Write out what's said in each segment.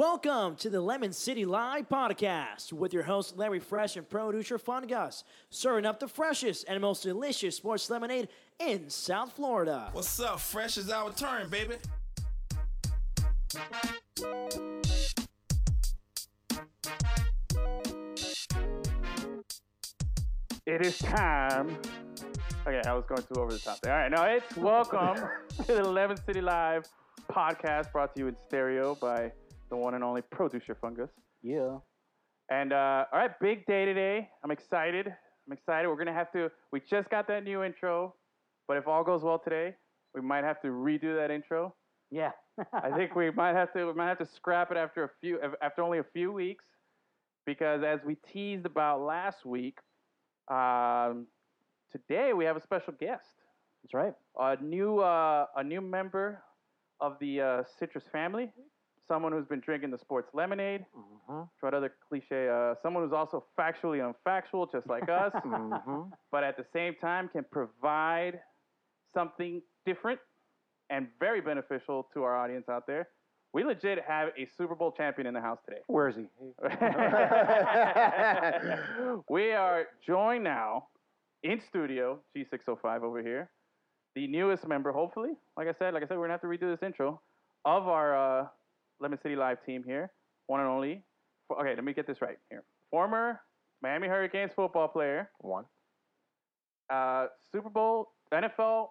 Welcome to the Lemon City Live podcast with your host Larry Fresh and producer Fun Gus, serving up the freshest and most delicious sports lemonade in South Florida. What's up? Fresh is our turn, baby. It is time. Okay, I was going too over the top there. All right, now it's welcome to the Lemon City Live podcast brought to you in stereo by the one and only producer Fungus. Yeah. And uh, all right, big day today. I'm excited. I'm excited. We're going to have to, we just got that new intro, but if all goes well today, we might have to redo that intro. Yeah. I think we might have to we might have to scrap it after a few after only a few weeks because as we teased about last week, um, today we have a special guest, That's right. a new uh, a new member of the uh, citrus family, someone who's been drinking the sports lemonade. Mm-hmm. What other cliche? Uh, someone who's also factually unfactual, just like us, Mm-hmm. but at the same time can provide something different and very beneficial to our audience out there. We legit have a Super Bowl champion in the house today. Where is he? we are joined now in studio G605 over here, the newest member. Hopefully, like I said, like I said, we're gonna have to redo this intro of our uh, Lemon City Live team here, one and only. for- Okay, let me get this right here. Former Miami Hurricanes football player, One. uh, Super Bowl NFL,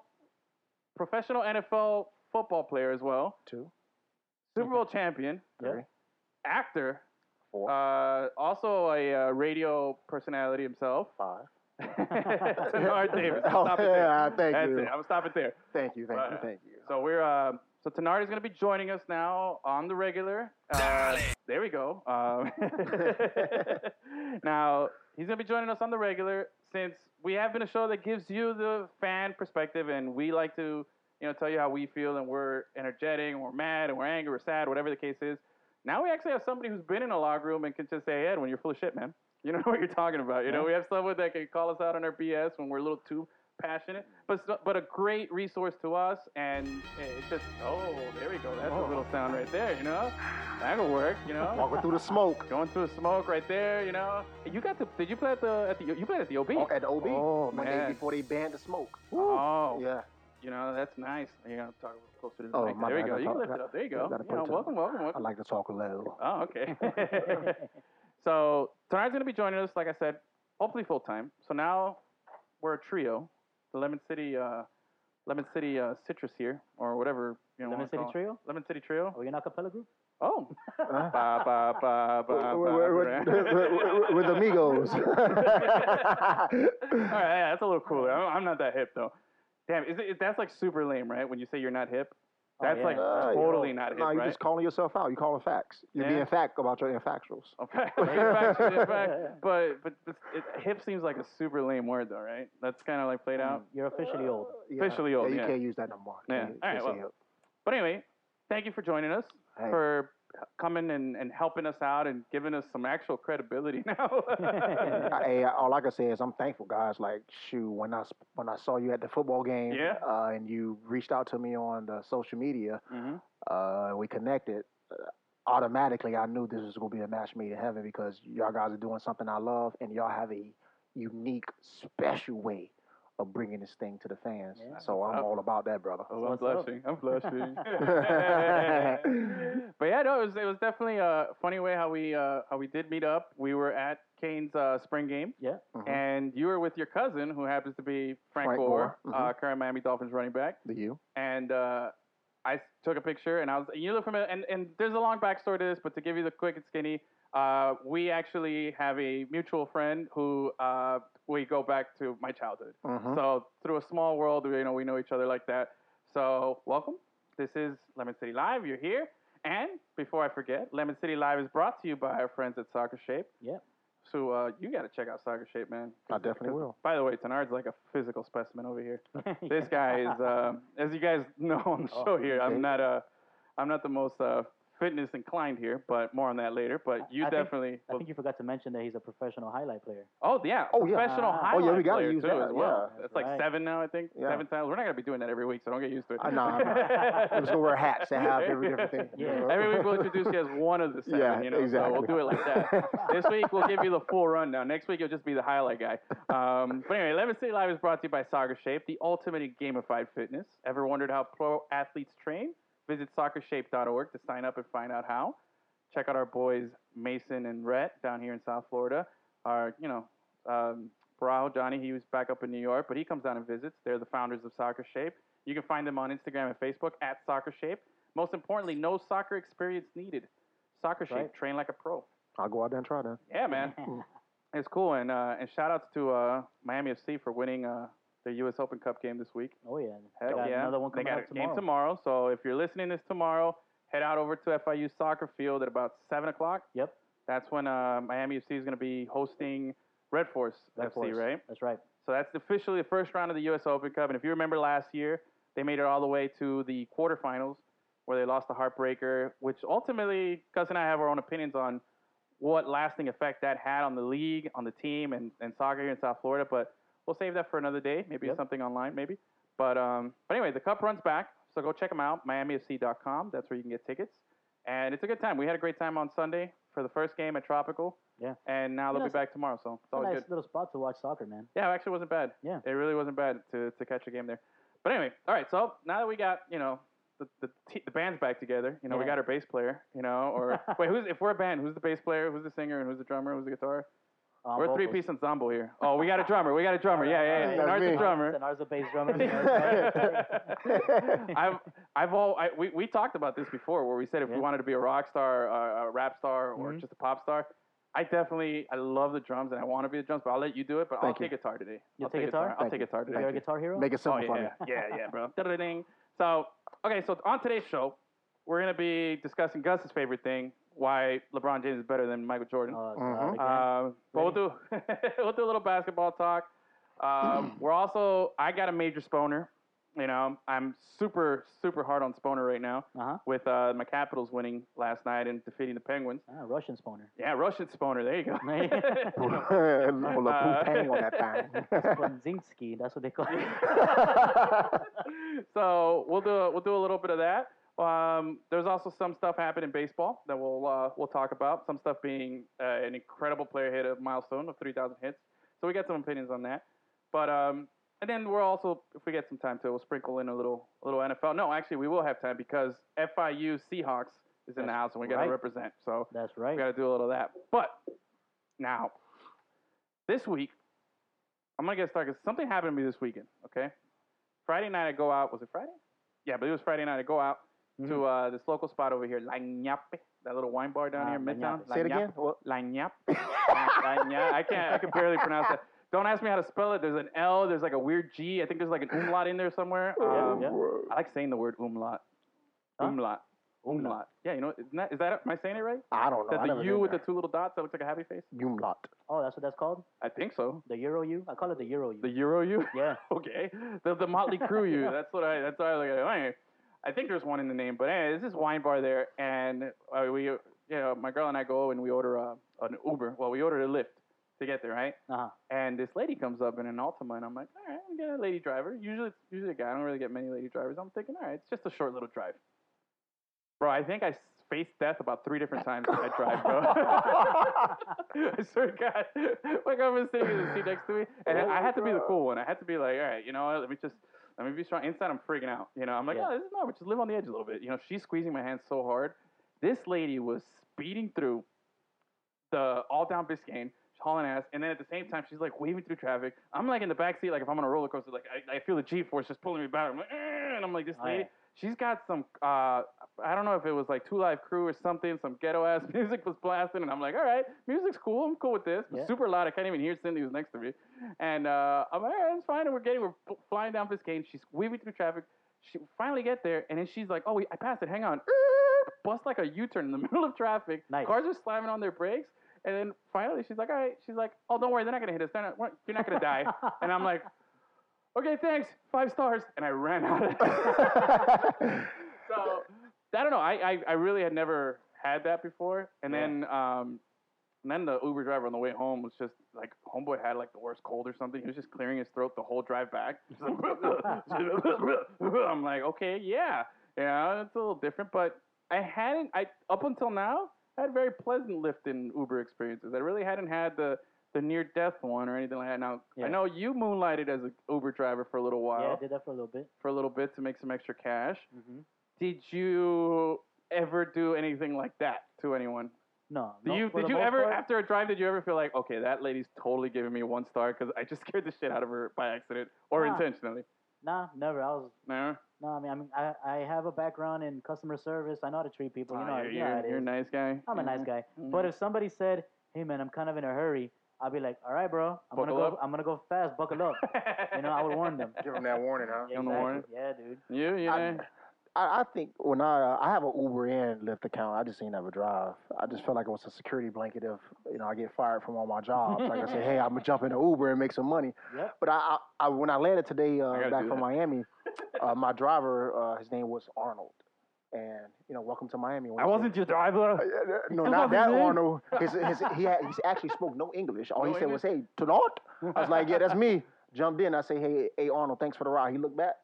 professional NFL football player as well, Two. Super Bowl champion, Three. actor, Four. uh, also a uh, radio personality himself. five. Tenard Davis. Oh, I'll stop it there. yeah, thank That's you. it. I'm stopping there. Thank you. Thank you. Uh, Thank you. So we're uh, so Tenard is going to be joining us now on the regular. Uh, there we go. Um, now he's going to be joining us on the regular since we have been a show that gives you the fan perspective, and we like to you know tell you how we feel, and we're energetic, and we're mad, and we're angry, or sad, whatever the case is. Now we actually have somebody who's been in a log room and can just say, "Ed, when you're full of shit, man." You know what you're talking about. You know, we have someone that can call us out on our BS when we're a little too passionate, but so- but a great resource to us. And it's just oh, there we go. That's a little sound right there. You know, that could work. You know, Walking through the smoke going through a smoke right there. You know, you got to did you play at the at the you played at the OB? oh, at the OB Oh, when man. they before they banned the smoke. Oh, Yeah. You know, that's nice. You gotta talk a little closer to the Oh, mic. my There we bad. go. I You can thought- lift it up. There you I go. gotta You know, point to- welcome, welcome, welcome. I like to talk low. Oh, okay. so tonight's gonna be joining us, like I said, hopefully full time. So now we're a trio, the Lemon City, uh, Lemon City uh, Citrus here, or whatever you know. Lemon City Trio? Lemon City Trio. Oh, you're not a cappella group? Oh. Huh? Ba, ba, ba, ba, ba, With- with- with- with amigos. All right, yeah, that's a little cooler. I'm, I'm not that hip though. Damn, is it, that's like super lame, right? When you say you're not hip, Oh, that's yeah. like Uh, you totally know, not hip, No, you're right? just calling yourself out. You're calling facts. You're Yeah. being fact about your infactuals. Okay. In fact- in fact, but but this- it, hip seems like a super lame word though, right? That's kind of like played out. Mm. You're officially old. Uh, Yeah. Officially old, Yeah, you yeah. can't use that no more. You Yeah. can't- All right, can't say well, hip. But anyway, thank you for joining us, Hey. for coming and, and helping us out and giving us some actual credibility now. I, hey, all I can say is I'm thankful, guys. Like, shoot, when I sp- when I saw you at the football game, Yeah. uh, and you reached out to me on the social media, hmm uh, and we connected. Uh, automatically, I knew this was gonna be a match made in heaven because y'all guys are doing something I love, and y'all have a unique, special way of bringing this thing to the fans. Yeah. So I'm up. all about that, brother. Oh, I'm What's up? blushing. I'm blushing. but yeah, no, it was, it was definitely a funny way how we uh, how we did meet up. We were at Kane's uh, spring game. Yeah. Mhm. And you were with your cousin, who happens to be Frank, Frank Gore, Gore, Mm-hmm. uh, current Miami Dolphins running back. The you? and uh, I s- took a picture, and I was you look from it, and, and there's a long backstory to this, but to give you the quick and skinny, uh, we actually have a mutual friend who uh, we go back to my childhood. Mm-hmm. So through a small world, you know, we know each other like that. So welcome. This is Lemon City Live. You're here, and before I forget, Lemon City Live is brought to you by our friends at Soccer Shape. Yep. So uh, you got to check out Soccer Shape, man. I definitely will. By the way, Tenard's like a physical specimen over here this guy is, uh, as you guys know on the Oh, show here, okay. I'm not a, I'm not the most uh, fitness inclined here, but more on that later. But you I think- definitely. I will- think you forgot to mention that he's a professional highlight player. oh yeah. Oh, yeah. Professional Ah. highlight Oh, yeah, we gotta player use too that, as well. yeah. That's like Right. seven now, I think. Yeah. Seven times. We're not gonna be doing that every week, so don't get used to it. I know, I'm We're just gonna wear hats and have every different thing. Yeah. You know? Every week we'll introduce you as one of the seven, Yeah, you know, so exactly. we'll do it like that. this week we'll give you the full rundown. Next week you'll just be the highlight guy. Um, but anyway, 11 City Live is brought to you by Soccer Shape, the ultimate in gamified fitness. Ever wondered how pro athletes train? Visit soccershape.org to sign up and find out how. Check out our boys Mason and Rhett down here in South Florida. Our, you know, um, Barajo Johnny, he was back up in New York, but he comes down and visits. They're the founders of Soccer Shape. You can find them on Instagram and Facebook at Soccer Shape. Most importantly, no soccer experience needed. Soccer Shape, Right. train like a pro. I'll go out there and try that. Yeah, man. It's cool, and uh, and shout outs to uh, Miami FC for winning uh, the U.S. Open Cup game this week. Oh yeah. Heck got yeah! Another one they coming got up a game tomorrow, so if you're listening this tomorrow, head out over to FIU Soccer Field at about seven o'clock. Yep. That's when uh, Miami FC is going to be hosting Red Force Red FC, Force. right? That's right. So that's officially the first round of the U.S. Open Cup. And if you remember last year, they made it all the way to the quarterfinals where they lost the heartbreaker, which ultimately, Gus and I have our own opinions on what lasting effect that had on the league, on the team, and, and soccer here in South Florida. But we'll save that for another day. Maybe Yep. something online, maybe. But, um, but anyway, the cup runs back. So go check them out, miamifc.com. That's where you can get tickets. And it's a good time. We had a great time on Sunday for the first game at Tropical. Yeah. And now You they'll know, be back tomorrow. So it's It's a always nice good. little spot to watch soccer, man. Yeah, it actually wasn't bad. Yeah. It really wasn't bad to, to catch a game there. But anyway, all right, so now that we got, you know, the, the, t- the band's back together, you know, we Yeah. got our bass player, you know, or wait, who's if we're a band, who's the bass player, who's the singer, and who's the drummer, who's the guitar? Um, we're a vocals. three piece ensemble here. Oh, we got a drummer, we got a drummer, yeah, yeah, yeah. That's And ours me. a drummer. And ours a bass drummer. and ours a- I've I've all I, we we talked about this before, where we said if Yeah. we wanted to be a rock star, uh, a rap star, or Mm-hmm. Mhm. just a pop star, I definitely I love the drums and I want to be the drums, but I'll let you do it. But I'll Thank you. take guitar today. You'll I'll take guitar? I'll Thank take you. guitar today. You're a guitar hero. Make it Oh simple for me. yeah, yeah, yeah, bro. Da-da-ding. So okay, so on today's show, we're gonna be discussing Gus's favorite thing: why LeBron James is better than Michael Jordan. Uh, Mhm. uh, again, Um, but we'll do we'll do a little basketball talk. Um, we're also I got a major sponer. You know, I'm super super hard on sponer right now uh-huh. with uh, my Capitals winning last night and defeating the Penguins. Ah, Russian spawner. Yeah, Russian sponer. Uh-huh. There you go. Pull a blue Uh, tang on that thing. Bonzinski, that's what they call it. so we'll do a, we'll do a little bit of that. Um, there's also some stuff happened in baseball that we'll uh, we'll talk about. Some stuff being uh, an incredible player hit a milestone of 3,000 hits. So we got some opinions on that. But um, and then we're also if we get some time to, we'll sprinkle in a little a little NFL. No, actually we will have time because FIU Seahawks is in the That's house and we got right. to represent. So That's we right. got to do a little of that. But now, this week, I'm gonna get started because something happened to me this weekend. Okay, Friday night I go out. Was it Friday? Yeah, but it was Friday night. I go out Mm-hmm. to uh, this local spot over here, La Ñape, that little wine bar down Ah, here in La Midtown. Ñape. La Say it Ñape. again. Well, La Ñape. La Ñape. I can't. I can barely pronounce that. Don't ask me how to spell it. There's an L. There's like a weird G. I think there's like an umlaut in there somewhere. Um, Oh, yeah. I like saying the word umlaut. Huh? Umlaut. Umlaut. Yeah, you know, isn't that, is that, am I saying it right? Um, I don't know. I That never the been U with the there. two little dots that looks like a happy face? Umlaut. Oh, that's what that's called? I think so. The Euro U? I call it the Euro U. The Euro U? yeah. okay. The, the Motley Crue U. That's what I that's what I look at. Anyway, I think there's one in the name, but anyway, there's this wine bar there, and uh, we, you know, my girl and I go and we order a, an Uber. Well, we ordered a Lyft to get there, right? Uh-huh. And this lady comes up in an Altima, and I'm like, all right, I'm gonna get a lady driver. Usually, it's usually a guy. I don't really get many lady drivers. I'm thinking, all right, it's just a short little drive. Bro, I think I s- faced death about three different times in that drive, bro. I swear to God. Like, I was sitting in the seat next to me, and Oh I my had to be the God. cool one. I had to be like, all right, you know what? Let me just, let me be strong. Inside, I'm freaking out. You know, I'm like, Yeah. oh, this is normal. Just live on the edge a little bit. You know, she's squeezing my hand so hard. This lady was speeding through the all down Biscayne, she's hauling ass, and then at the same time she's like waving through traffic. I'm like in the back seat, like if I'm on a roller coaster, like I, I feel the G force just pulling me back. I'm like, "Eh," and I'm like, this Oh, lady, yeah. she's got some, uh, I don't know if it was like Two Live Crew or something, some ghetto ass music was blasting, and I'm like, all right, music's cool, I'm cool with this. But Yeah. Super loud, I can't even hear Cindy who's next to me, and uh, I'm like, all right, it's fine. And we're getting, we're fl- flying down Biscayne. She's weaving through traffic. She finally get there, and then she's like, oh, we, I passed it. Hang on. Bust like a U-turn in the middle of traffic. Nice. Cars are slamming on their brakes. And then finally, she's like, all right. She's like, oh, don't worry. They're not going to hit us. They're not, we're- you're not going to die. and I'm like, okay, thanks. Five stars. And I ran out of That's So I don't know. I, I, I really had never had that before. And Yeah. then um, and then the Uber driver on the way home was just like, homeboy had like the worst cold or something. He was just clearing his throat the whole drive back. I'm like, okay, yeah, yeah, it's a little different, but I hadn't. I up until now I had very pleasant Lyft and Uber experiences. I really hadn't had the the near death one or anything like that. Now I Yeah. know you moonlighted as an Uber driver for a little while, Yeah, I did that for a little bit. for a little bit to make some extra cash. hmm Did you ever do anything like that to anyone? No. Did no, you for did the you most ever part- after a drive did you ever feel like okay that lady's totally giving me one star because I just scared the shit out of her by accident or Nah. intentionally? Nah, never. I was. No, No, I mean, I mean, I, I have a background in customer service. I know how to treat people. You Oh, Ah, know, you're, you know how it you're a is. nice guy. I'm a nice mm-hmm. Mhm. guy. Mhm. But if somebody said, "Hey, man, I'm kind of in a hurry," I'll be like, "All right, bro, I'm Buckle gonna up." go. I'm gonna go fast. Buckle up." you know, I would warn them. Give them that warning, huh? Yeah, Give 'em the exactly. warning. Yeah, dude. You, you I- know, I, I think when I uh, I have an Uber and Lyft account, I just ain't never drive. I just felt like it was a security blanket if you know I get fired from all my jobs. Like I say, hey, I'm gonna jump into Uber and make some money. Yep. But I, I, I when I landed today I gotta uh, back do from that. Miami, uh, my driver, uh, his name was Arnold, and you know, welcome to Miami. When he- your driver. Uh, uh, No, That wasn't not that me. Arnold. His, his, he, had, he actually spoke no English. All No he said was, "Hey, tonight." I was like, "Yeah, that's me." Jumped in. I say, "Hey, hey, Arnold, thanks for the ride." He looked back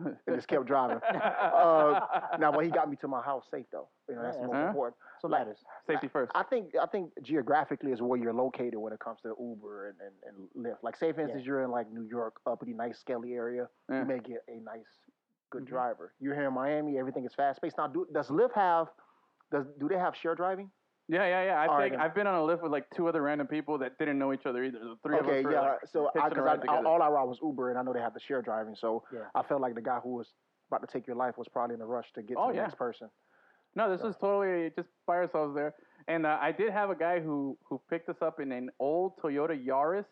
and just kept driving. Uh, Now, but he got me to my house safe though. You know, that's the Yeah, most that's- important. So Like- matters. Safety first. I think I think geographically is where you're located when it comes to Uber and, and, and Lyft. Like, say for instance, you're in like New York, uppity, nice, skelly area. Yeah. Mm-hmm. You may get a nice, good driver. You're here in Miami. Everything is fast paced. Now, do, does Lyft have? Does do they have share driving? Yeah, yeah, yeah. I've, All right, taken- then. I've been on a lift with like two other random people that didn't know each other either. The three Okay, of us were yeah. like, so I, hitching a cause ride I, I, together. all I ride was Uber, and I know they have the share driving. So Yeah. I felt like the guy who was about to take your life was probably in a rush to get Oh, to the yeah. next person. no, this was totally just by ourselves there. And uh, I did have a guy who who picked us up in an old Toyota Yaris,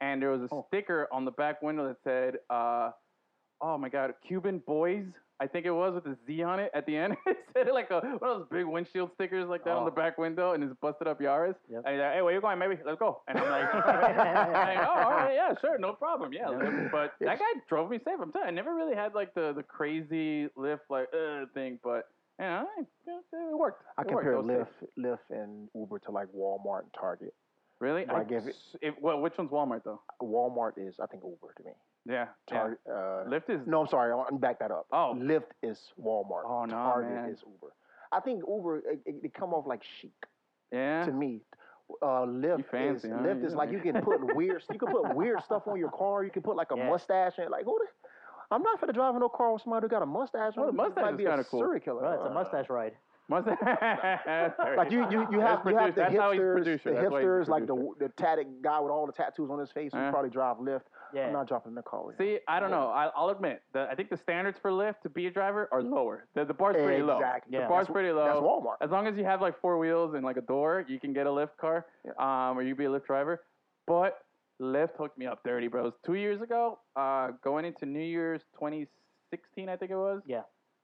and there was a sticker on the back window that said, uh, "Oh my God, Cuban boys." I think it was with a Z on it at the end. it said it like a, one of those big windshield stickers like that on the back window, and his busted up Yaris. Yep. And he's like, "Hey, where you going? Maybe let's go." And I'm like, like, oh, all right, yeah, sure, no problem, yeah. Lyft. But that guy drove me safe. I'm telling you, I never really had like the, the crazy lift like uh, thing, but you know, I- it worked. I It worked. compare was safe. Lyft, Lyft and Uber to like Walmart and Target. Really? I give it- if, well, which one's Walmart though? Walmart is, I think, Uber to me. Yeah. Target. yeah. Uh, Lyft is No, I'm sorry. I'm back that up. Oh. Lyft is Walmart. Oh, no, Target man. is Uber. I think Uber it, it, they come off like chic yeah. to me. Uh, Lyft fancy, is huh? Lyft You is know like me. you can put weird you can put weird stuff on your car. You can put like a Yeah. mustache and like who the, I'm not finna drive in no car with somebody who got a mustache. Well, on. the mustache might is be a kinda cool. serial killer. Uh, Bro, it's a mustache ride. Must- Sorry. Like you, you, you That's have, you have produce- the that's how he's hipsters, producer. the That's why he's hipsters, like the producer. the tatted guy with all the tattoos on his face. Uh-huh. who probably drive Lyft. Yeah. I'm not dropping in the car. With him. See, I don't know. I, I'll admit that I think the standards for Lyft to be a driver are lower. The, the bar's pretty low. Exactly. Yeah. The bar's That's- pretty low. that's Walmart. As long as you have like four wheels and like a door, you can get a Lyft car, um, or you be a Lyft driver. But Lyft hooked me up dirty, bros. Two years ago, uh, going into New Year's 2016, I think it was. Yeah.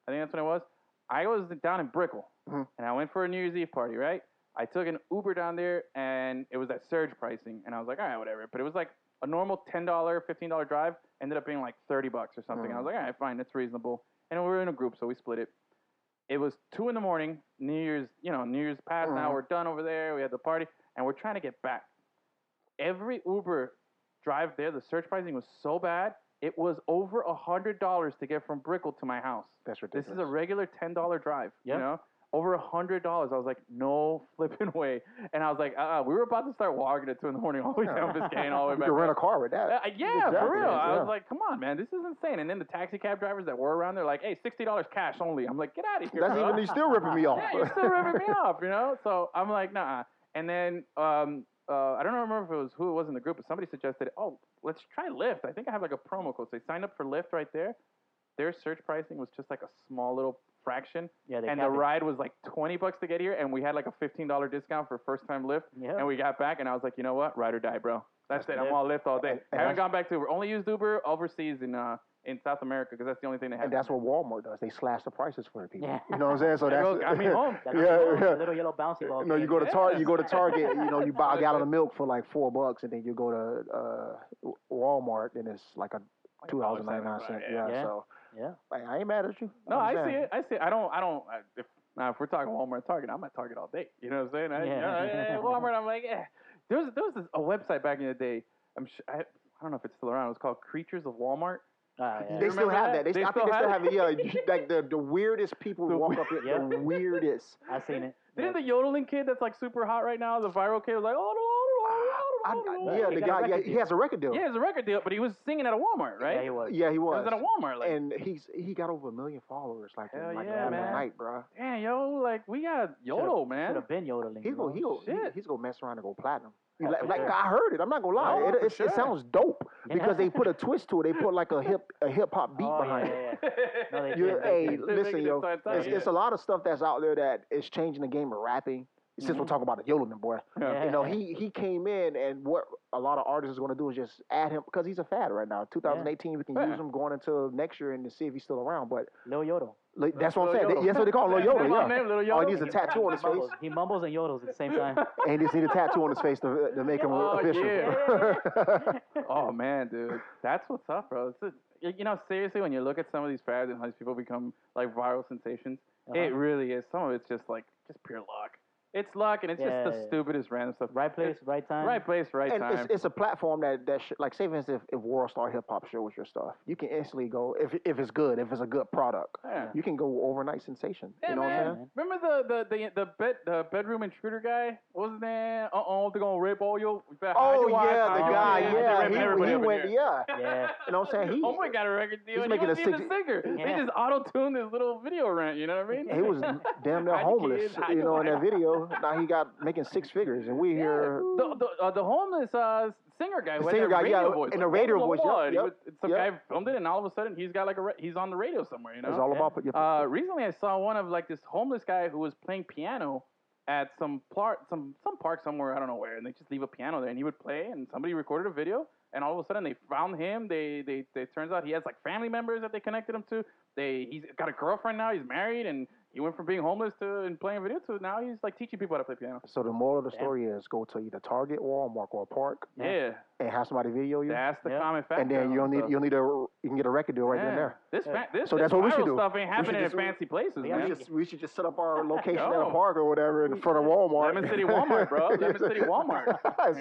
I think that's when it was. I was down in Brickell, Mhm. and I went for a New Year's Eve party, right? I took an Uber down there, and it was at surge pricing, and I was like, all right, whatever. But it was like a normal ten dollar, fifteen dollar drive ended up being like thirty bucks or something. I was like, all right, fine, that's reasonable. And we were in a group, so we split it. It was two in the morning, New Year's, you know, New Year's passed. Now Mhm. we're done over there. We had the party, and we're trying to get back. Every Uber drive there, the surge pricing was so bad. It was over a hundred dollars to get from Brickell to my house. That's This ridiculous. is a regular ten dollar drive. Yeah. You know? Over a hundred dollars. I was like, no flipping way. And I was like, uh uh we were about to start walking at two in the morning all the way down Biscayne, all the way You back. can rent a car with that. Uh, yeah, for Exactly, real. I yeah. was like, come on, man, this is insane. And then the taxi cab drivers that were around there, like, hey, sixty dollars cash only. I'm like, get out of here. That's bro. even he's still ripping me off. Yeah, you're still ripping me off, you know? So I'm like, nah. And then um, uh, I don't remember if it was who it was in the group, but somebody suggested, oh, let's try Lyft. I think I have like a promo code. So they signed up for Lyft right there. Their search pricing was just like a small little fraction. Yeah, they and the cap it. ride was like 20 bucks to get here. And we had like a $15 discount for first time Lyft. Yeah. And we got back, and I was like, you know what? Ride or die, bro. That's it. I'm Lyft. all Lyft all day. And- I and haven't that's- gone back to Uber. Only used Uber overseas in, uh, in South America because that's the only thing they have. And that's what Walmart does. They slash the prices for the people. Yeah. You know what I'm saying? So Hey, that's bro, got me home. That Yeah, little- yeah. Little yellow bouncy ball. You know, you thing. go to Target, Yeah. you go to Target, you know, you buy a gallon of milk for like four bucks, and then you go to uh, Walmart, and it's like a two dollars ninety nine cent. Right, Yeah, yeah. so Yeah. Like, I ain't mad at you. No, I'm I see saying. it. I see it. I don't. I don't. I, if now, if we're talking Walmart, and Target, I'm at Target all day. You know what I'm saying? I, Yeah. yeah, yeah, Walmart. I'm like, eh. There was there was this, a website back in the day. I'm sh- I, I don't know if it's still around. It was called Creatures of Walmart. Ah, yeah. They You still remember that? have that. They, They I think still they still have have it. Yeah, you- like the, the weirdest people The who walk up here. Yeah. The weirdest. I seen it. Didn't the yodeling kid that's like super hot right now, the viral kid, was like, oh I, no, no, no, no, no, no, I- no, yeah, They the got a guy. Yeah, record he deal. has a record deal. Yeah, it's a record deal, but he was singing at a Walmart, right? Yeah, he was. Yeah, he It was was. at a Walmart. Like, And he's he got over a million followers like Hell in like yeah, one man. night, bro. damn, yo, like we got yodel, man. Should have been yodeling. He go, bro. he go, he- Oh, Shit. he's gonna mess around and go platinum. Yeah, Like, for like, sure. I heard it. I'm not gonna lie. No, it, for it, sure. it sounds dope because they put a twist to it. They put like a hip a hip hop beat Oh, behind yeah, it. yeah, yeah. No, they You're, did. they hey, did. They're listen, making yo, it so tight, it's, yeah. it's a lot of stuff that's out there that is changing the game of rapping. Since we're Mm-hmm. Mhm. talking about the yodeling boy, Yeah. you know, he he came in, and what a lot of artists is going to do is just add him because he's a fad right now. 2018, we can Yeah. use him going into next year and to see if he's still around. But Lil Yodel. like, that's what I'm saying. Lil Yodel. That's what they call him, Lil That's Yodel. my Yeah. name, Lil Oh, Yodel. he needs a tattoo on his face, Mumbles. He mumbles and yodels at the same time. and he just needs a tattoo on his face to, to make him Oh, official. yeah. oh man, dude, that's what's up, bro. It's a, you know, seriously, when you look at some of these fads and how these people become like viral sensations, Uh-huh. it really is. Some of it's just like just pure luck. It's luck, and it's just the Yeah. stupidest random stuff. Right place, right time. right place, right and time. it's, it's a platform that that sh- like say for instance if, if World Star Hip Hop shows your stuff, you can instantly go if if it's good, if it's a good product, Yeah. you can go overnight sensation. Yeah, you know man. what I'm saying? Remember the the the the, bed, the bedroom intruder guy? What was his name? Uh oh, they're gonna rape all your. hide Oh your wife, yeah, the hide your guy, kids, yeah, they're yeah, raping he- everybody he, up in went, here. yeah. Yeah. You know what I'm saying? He, oh my got a record deal. he's and making he a wasn't even sig- a singer. Yeah. They just auto tuned his little video rant. You know what I mean? he was damn Hide near your homeless, kids, hide you your know, in that wife. video. Now he got making six figures, and we here. The, the, uh, the homeless uh, singer guy, The with singer that guy, radio yeah, voice, like, and the radio blah, blah, voice, blah, yep, and he yep, was- some yep. guy filmed it, and all of a sudden he's got like a ra- he's on the radio somewhere, you know. It's all about your Uh, recently, I saw one of like this homeless guy who was playing piano at some park, some some park somewhere, I don't know where, and they just leave a piano there, and he would play, and somebody recorded a video, and all of a sudden they found him. They they, they it turns out he has like family members that they connected him to. They he's got a girlfriend now. He's married, and he went from being homeless to and playing video to now he's like teaching people how to play piano. So the moral of the story is go to either Target, Walmart, or Park, Yeah, and have somebody video you, that's the Yeah. common factor. and then you'll need you'll need a you can get a record deal right then and there. This fa- this So this that's what we should viral do. Stuff ain't happening in just- fancy places, we man. We should, we should just set up our location at No. a park or whatever in front of Walmart. Lemon City Walmart, bro. Lemon City Walmart.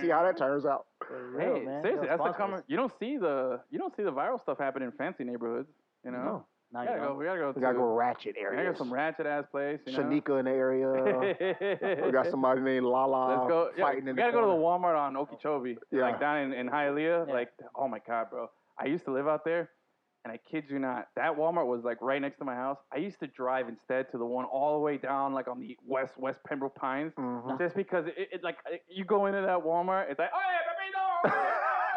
See how that turns out. For Hey, real, man. seriously, No that's the common. sponsors. You don't see the you don't see the viral stuff happen in fancy neighborhoods. You know, No, we you gotta go. don't. We gotta go. We gotta to, go ratchet we gotta areas. go some ratchet ass place. You know? Shanika in the area. we got somebody named Lala Let's go. Yeah, fighting we in gotta the go to the corner. Walmart on Okeechobee, Yeah. like down in, in Hialeah. Yeah. Like, oh my god, bro! I used to live out there, and I kid you not, that Walmart was like right next to my house. I used to drive instead to the one all the way down, like on the west West Pembroke Pines, Mhm. just because it, it like it- you go into that Walmart, it's like, oh yeah, baby, no.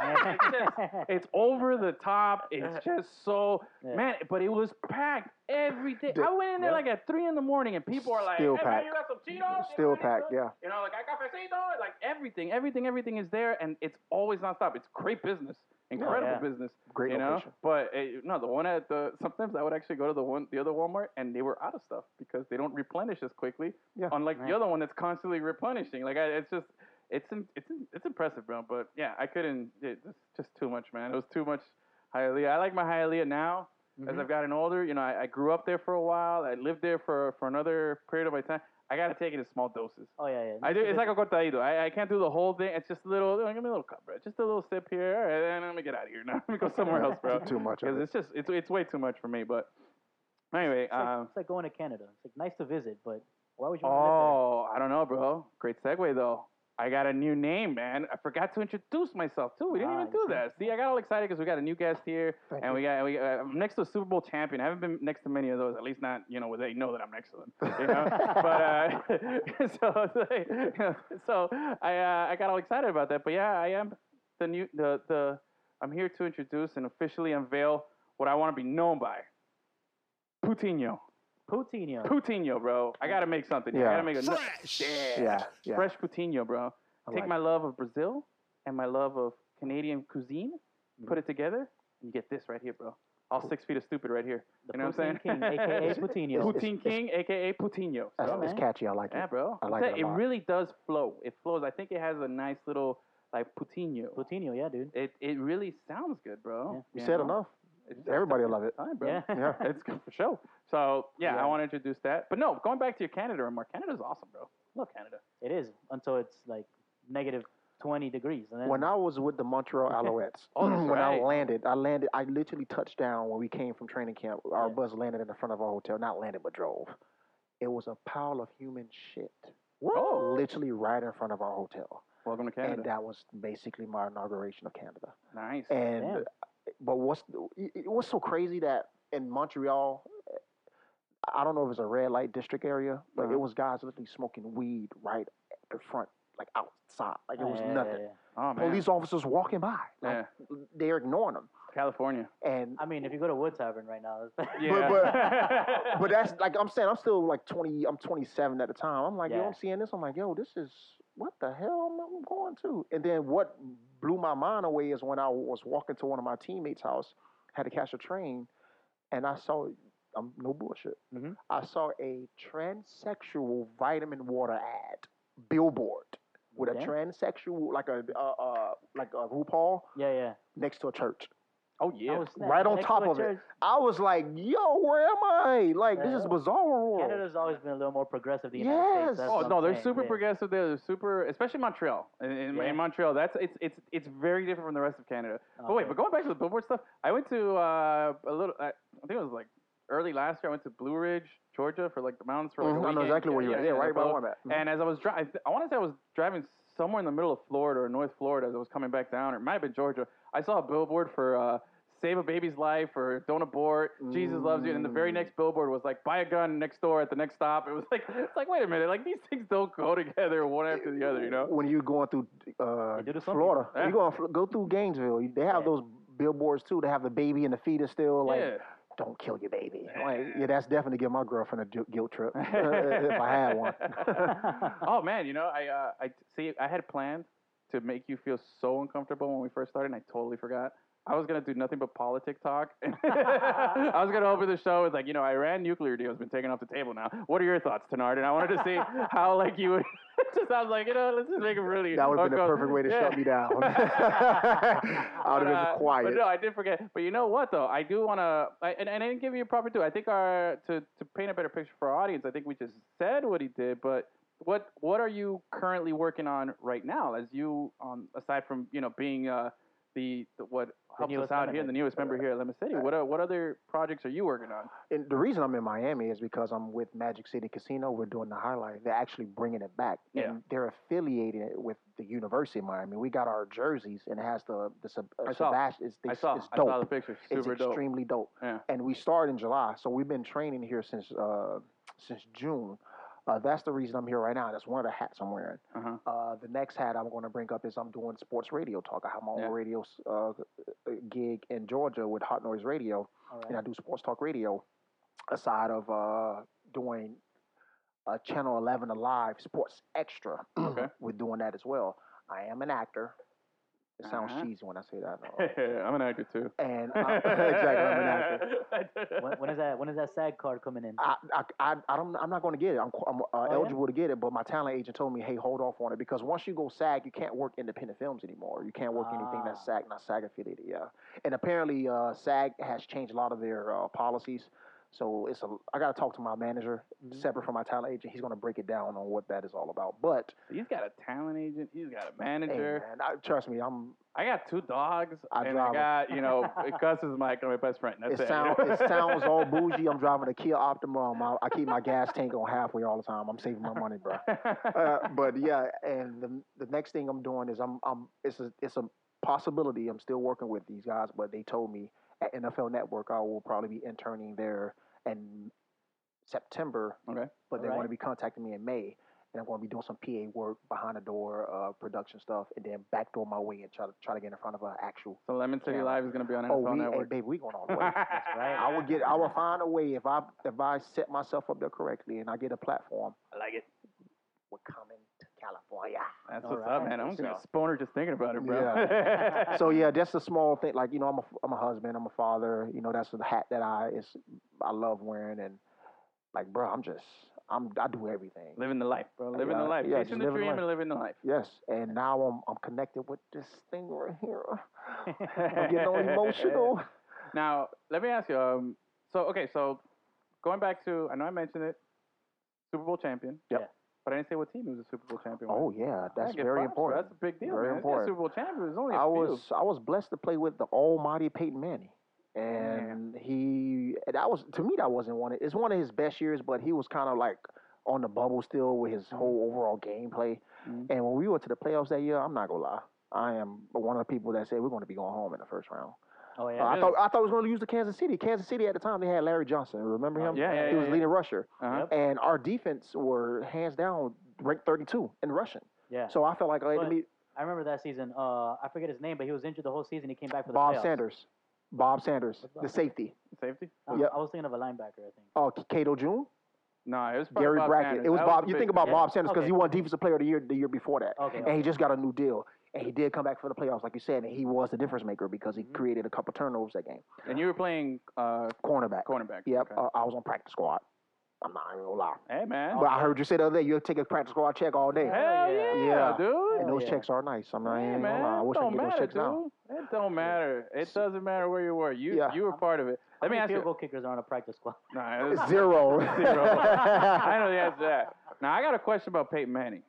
It's just- It's over the top. Uh-huh. It's just so Yeah. man, but it was packed every day. Dude, I went in there yeah. like at three in the morning, and people are like, "Hey Still man, packed. you got some Cheetos? You Still want any packed, Cheetos?" yeah. You know, like I got cafecito, like everything, everything, everything is there, and it's always nonstop. It's great business, incredible yeah. business. Great you know, location. but eh, no, the one at the sometimes I would actually go to the one the other Walmart, and they were out of stuff because they don't replenish as quickly. Yeah. Unlike Right. the other one that's constantly replenishing. Like I, it's just it's in, it's in, it's impressive, bro. But yeah, I couldn't. It, it's just too much, man. It was too much Hialeah. I like my Hialeah now. As Mm-hmm. Mhm. I've gotten older, you know, I, I grew up there for a while. I lived there for, for another period of my time. I gotta take it in small doses. Oh yeah, yeah. I do. It's like a cortadito. I, I can't do the whole thing. It's just a little. Give me a little cup, bro. Just a little sip here, all right, and then let me get out of here. Now let me go somewhere else, bro. Too much of Because it. it's just it's it's way too much for me. But anyway, It's like, um, it's like going to Canada. It's like nice to visit, but why would you? want Oh, I don't know, bro. Great segue though. I got a new name, man. I forgot to introduce myself too. We didn't Ah, even do you see? that. See, I got all excited because we got a new guest here, Thank and you. we got we uh, I'm next to a Super Bowl champion. I haven't been next to many of those, at least not you know where they know that I'm next to them. You know? but uh, so it's like, so I uh, I got all excited about that. But yeah, I am the new the the I'm here to introduce and officially unveil what I want to be known by. Putinho. to visit there? Poutine. Putinho, bro. I gotta make something. I Yeah. gotta make a Fresh. Yeah, yeah. fresh Coutinho, bro. I Take like my love of Brazil and my love of Canadian cuisine, Mm-hmm. put it together, and you get this right here, bro. All six feet of stupid right here. The you know what I'm Poutine King, saying? aka Poutine. It's- Poutine King, aka Putinho. That's, So, it's catchy. I like yeah, it. bro. I I'm like telling it a you, lot. really does flow. It flows. I think it has a nice little like Putinho. Poutine, yeah, dude. It it really sounds good, bro. Yeah. You said know? enough. It's- Everybody will love it. time, bro. Yeah. Yeah. it's good for show. So yeah, Yeah. I want to introduce that. But no, going back to your Canada remark, Canada's awesome, bro. Love Canada. It is until it's like negative 20 degrees. And then When I was with the Montreal Alouettes, Oh, that's when right. I landed, I landed. I literally touched down when we came from training camp. Our Yeah. bus landed in the front of our hotel. Not landed, but drove. It was a pile of human shit. Oh. Literally right in front of our hotel, Welcome to and Canada. that was basically my inauguration of Canada. Nice. And Damn. but what's it- it was so crazy that in Montreal, I don't know if it's a red light district area, but Uh-huh. it was guys literally smoking weed right at the front, like outside, like it Oh, was yeah, yeah, nothing. yeah. oh man. Police officers walking by, yeah. like they're ignoring them, California. and I mean, if you go to Wood Tavern right now, it's- Yeah. but- but that's like I'm saying, I'm still like 20, I'm 27 at the time. I'm like, yo, Yeah. I'm seeing this, I'm like, yo, this is what the hell am I going to? And then what blew my mind away is when I was walking to one of my teammates' house, had to catch a train, and I saw, I'm no bullshit, Mhm. I saw a transsexual vitamin water ad billboard with Damn. a transsexual, like a uh, uh, like a RuPaul yeah, yeah. next to a church. oh I yeah. was snapping Right on next to top a of it. church. I was like, yo, where am I? Like, this is Yeah. bizarre world. Canada's always been a little more progressive than the United Yes. States. that's Oh what I'm no, they're saying, super yeah. progressive there. They're super, especially Montreal. In, in, Yeah. in Montreal, that's it's it's it's very different from the rest of Canada. Oh, But wait, yeah. but going back to the billboard stuff, I went to uh, a little. I I think it was like early last year. I went to Blue Ridge, Georgia, for like the mountains for like Mhm, a I know weekend. exactly where you're at. Yeah, right NFL. where I'm at. Mm-hmm. And as I was driving, I want to say I was driving somewhere in the middle of Florida or North Florida as I was coming back down, or it might have been Georgia. I saw a billboard for uh, "Save a Baby's Life" or "Don't Abort," "Jesus Loves You," and the very Mm. next billboard was like "Buy a gun next door at the next stop." It was like, it's like, wait a minute, like these things don't go together one after the other, you know? When you're going through uh, They do to some Florida, Yeah. you going fl- go through Gainesville. you- They have Yeah. those billboards too. They have the baby and the fetus still. Like, yeah. don't kill your baby. Like, yeah, that's definitely give my girlfriend a ju- guilt trip uh, if I had one. oh man, you know, I uh, I see. I had planned to make you feel so uncomfortable when we first started, and I totally forgot. I was gonna do nothing but politic talk. I was gonna open the show with like, you know, Iran nuclear deal has been taken off the table now. What are your thoughts, Tenard? And I wanted to see how like you would. just I was like, you know, let's just make it really. That would have been the uncom- perfect way to Yeah. shut me down. I would But, have uh, been quiet. But no, I did forget. But you know what though? I do want to, and, and I didn't give you a proper due. I think our to, to paint a better picture for our audience. I think we just said what he did, but what what are you currently working on right now? As you, um, aside from you know being uh, the, the what helps us newest out member. here, the newest member here at Lemon City. What uh, what other projects are you working on? and the reason I'm in Miami is because I'm with Magic City Casino. We're doing the highlight. They're actually bringing it back, Yeah. and they're affiliated with the University of Miami. We got our jerseys, and it has the the Seb- uh, I saw. Sebastian. It's, I it's- saw it's I dope. saw the picture. it's Super dope. extremely dope. Yeah. And we start in July, so we've been training here since uh, since June. Uh, that's the reason I'm here right now. That's one of the hats I'm wearing. Uh-huh. Uh, the next hat I'm going to bring up is I'm doing sports radio talk. I have my own Yeah. radio uh, gig in Georgia with Hot Noise Radio All and I right. do sports talk radio aside of uh, doing uh, Channel 11 Alive Sports Extra. Okay. We're doing that as well. I am an actor. It sounds Uh-huh. cheesy when I say that. I know. I'm an actor too. and I, Uh, exactly, I'm an actor. When, when is that? When is that SAG card coming in? I, I, I, I don't, I'm not going to get it. I'm, qu- I'm uh, yeah? eligible to get it, but my talent agent told me, hey, hold off on it because once you go SAG, you can't work independent films anymore. You can't work anything Ah. that's SAG, not SAG affiliated. Yeah, and apparently uh, SAG has changed a lot of their uh, policies. So it's a, I got to talk to my manager Mhm. separate from my talent agent. He's going to break it down on what that is all about. But He's got a talent agent. He's got a hey, manager. man, I, trust me, I'm. I got two dogs, I and drive 'em. I got you know, Gus is my my best friend. That's It, it. you sound, know? it sounds all bougie. I'm driving a Kia Optima. I, I keep my gas tank on halfway all the time. I'm saving my money, bro. uh, but yeah, and the, the next thing I'm doing is I'm I'm it's a it's a possibility. I'm still working with these guys, but they told me at NFL Network I will probably be interning there in September. Okay. But they're going Alright. to be contacting me in May, and I'm going to be doing some PA work behind the door uh, production stuff, and then backdoor my way and try to try to get in front of an actual. so Lemon City Yeah. Live is going to be on NFL oh, we, hey, Network. baby, we going all the way. I will get. I will find a way if I if I set myself up there correctly and I get a platform. I like it. We're coming to California. That's All what's up, right. man. I'm So- going to spooner just thinking about it, bro. so yeah, that's a small thing. Like you know, I'm a I'm a husband, I'm a father. You know, that's the hat that I is I love wearing and like, bro, I'm just I'm I do everything. living the life, bro. Living Yeah, the life. yeah, just Chasing the living dream life. and living the life. Yes, and now I'm I'm connected with this thing right here. I'm getting all emotional. Now, let me ask you. Um, so, okay, so going back to, I know I mentioned it, Super Bowl champion. Yep. Yeah. But I didn't say what team he was a Super Bowl champion. with. Oh yeah, I that's get very props, bro. important. That's a big deal. Very man. It's not important. Super Bowl champion. There's only a I few. was I was blessed to play with the almighty Peyton Manning. And he that was to me that wasn't one of it's one of his best years, but he was kind of like on the bubble still with his Mm-hmm. whole overall gameplay. Mhm. And when we went to the playoffs that year, I'm not gonna lie. I am one of the people that said we're gonna be going home in the first round. Oh Uh, yeah. I thought I thought we was gonna lose to Kansas City. Kansas City at the time they had Larry Johnson. Remember him? Oh, yeah, yeah, he was yeah, leading rusher. Uh-huh. Yep. And our defense were hands down ranked 32 in rushing. Yeah. So I felt like like, But- to me, I remember that season. Uh, I forget his name, but he was injured the whole season. He came back for the Bob playoffs. Sanders. Bob Sanders, What's the up? safety. Safety? I, Yep. Uh, I was thinking of a linebacker, I think. Oh, K- Cato June, No, it was probably Gary Bob Brackett. Sanders. It was That Bob. the you big- think about yeah. Bob Sanders because Okay. he won Defensive Player of the Year the year before that, Okay, and he just got a new deal. And he did come back for the playoffs, like you said, and he was the difference maker because he created a couple turnovers that game. And you were playing uh, Cornerback. cornerback. Yep, Okay. uh, I was on practice squad. I'm not even gonna lie, hey, man. but I heard you say the other day you'll take a practice squad check all day, Hell yeah. yeah, Yeah. dude. and Hell those yeah. checks are nice. I'm not Hey, even man, gonna lie. I wish I don't could get those matter, checks dude. now. It don't matter. It doesn't matter where you were. You Yeah. you were part of it. Let me How many ask field you. goal kickers are on a practice squad. Nah, it was- Zero. I know the answer to that. Now I got a question about Peyton Manning.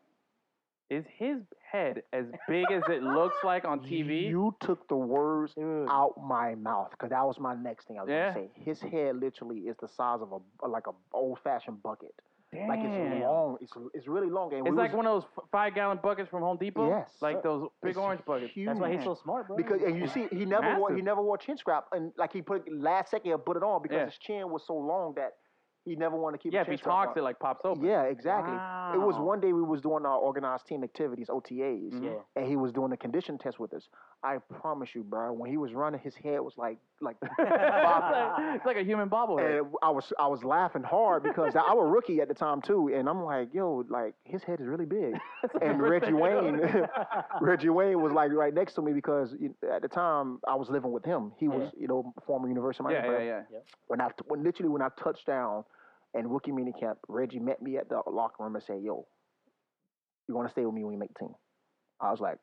Is his head as big as it looks like on TV? You took the words Dude. out my mouth because that was my next thing I was Yeah. gonna say. His head literally is the size of a like a old fashioned bucket. Damn. Like it's long. It's it's really long. And we It's like was- one of those five gallon buckets from Home Depot. Yes. Like those big it's orange buckets. huge. That's why he's so smart, bro. because and you see he never wore he Massive. never wore chin strap and like he put last second he put it on because Yeah. his chin was so long that he never wanted to keep. Yeah, a if chin he strap talks, on. it like pops open. Yeah, exactly. It was Wow. Mm-hmm. one day we was doing our organized team activities, OTAs, Mhm. Yeah. and he was doing a condition test with us. I promise you, bro, when he was running, his head was like like it's, bobbing. like, it's like a human bobblehead. And I was I was laughing hard because I was a rookie at the time too, and I'm like, yo, like his head is really big. and Reggie Wayne, Reggie Wayne was like right next to me because you, at the time I was living with him. He was you know former University of Miami. Yeah, yeah, player. yeah. When I when literally when I touched down in rookie minicamp, Reggie met me at the locker room and said, yo, you want to stay with me when you make the team? I was like,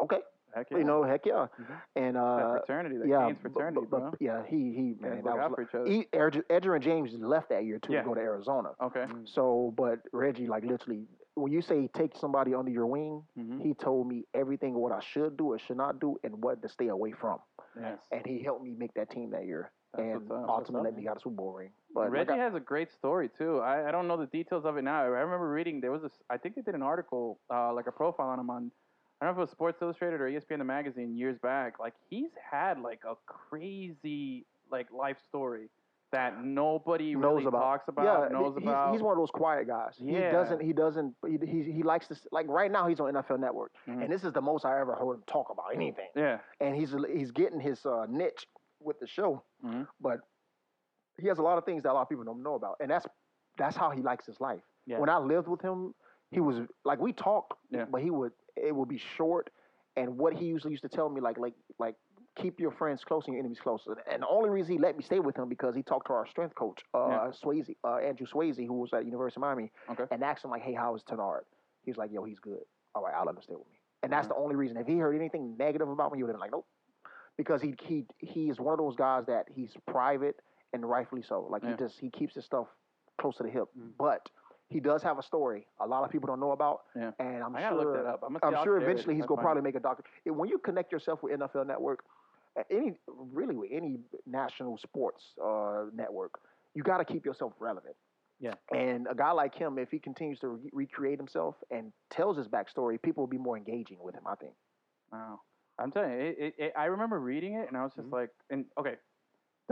okay, Heck yeah. you know, heck yeah, Mhm. and that uh, fraternity, that yeah, Gaines but- fraternity, but, but, bro. yeah, he he Yeah, look man, that was E out for each other. he, Edger, Edger and James left that year too Yeah. Mm. to go to Arizona. Okay. So, but Reggie, like literally, when you say take somebody under your wing, Mhm. he told me everything what I should do or should not do, and what to stay away from. Yes. And he helped me make that team that year, That's and what's up. That's what's ultimately up, let me got a Super Bowl ring. But like Reggie I- has a great story too. I, I don't know the details of it now. I remember reading there was this. I think they did an article, uh, like a profile on him on. I don't know if it was Sports Illustrated or E ESPN the magazine years back. Like he's had like a crazy like life story that nobody Knows really about. talks about, yeah, knows he's, about. he's one of those quiet guys. He Yeah. doesn't. He doesn't. He, he, he likes to s- like right now. He's on NFL Network, Mhm. and this is the most I ever heard him talk about anything. yeah. and he's he's getting his uh, niche with the show, Mhm. but he has a lot of things that a lot of people don't know about, and that's that's how he likes his life. Yeah. When I lived with him, he was like we talked, Yeah. but he would it would be short, and what he usually used to tell me like like like keep your friends close and your enemies close, and, and the only reason he let me stay with him because he talked to our strength coach, uh, Yeah. Swayze, uh, Andrew Swayze, who was at University of Miami, Okay. and asked him like, hey, how is Tenard? He was like, yo, he's good. All right, I'll let him stay with me. And Mm-hmm. that's the only reason. If he heard anything negative about me, he would have been like, nope. Because he he he is one of those guys that he's private and rightfully so. Like Yeah. Mm. he just he keeps his stuff close to the hip. But he does have a story a lot of people don't know about. Yeah. And I'm I gotta sure look that up. I'm gonna see- I'm I'll sure share it eventually if he's I gonna find it. probably make a doc. When you connect yourself with NFL Network, a- any really with any national sports uh, network, you got to keep yourself relevant. Yeah. And a guy like him, if he continues to re- recreate himself and tells his backstory, people will be more engaging with him. I think. Wow. I'm telling you, it, it, it, I remember reading it and I was just like, and okay,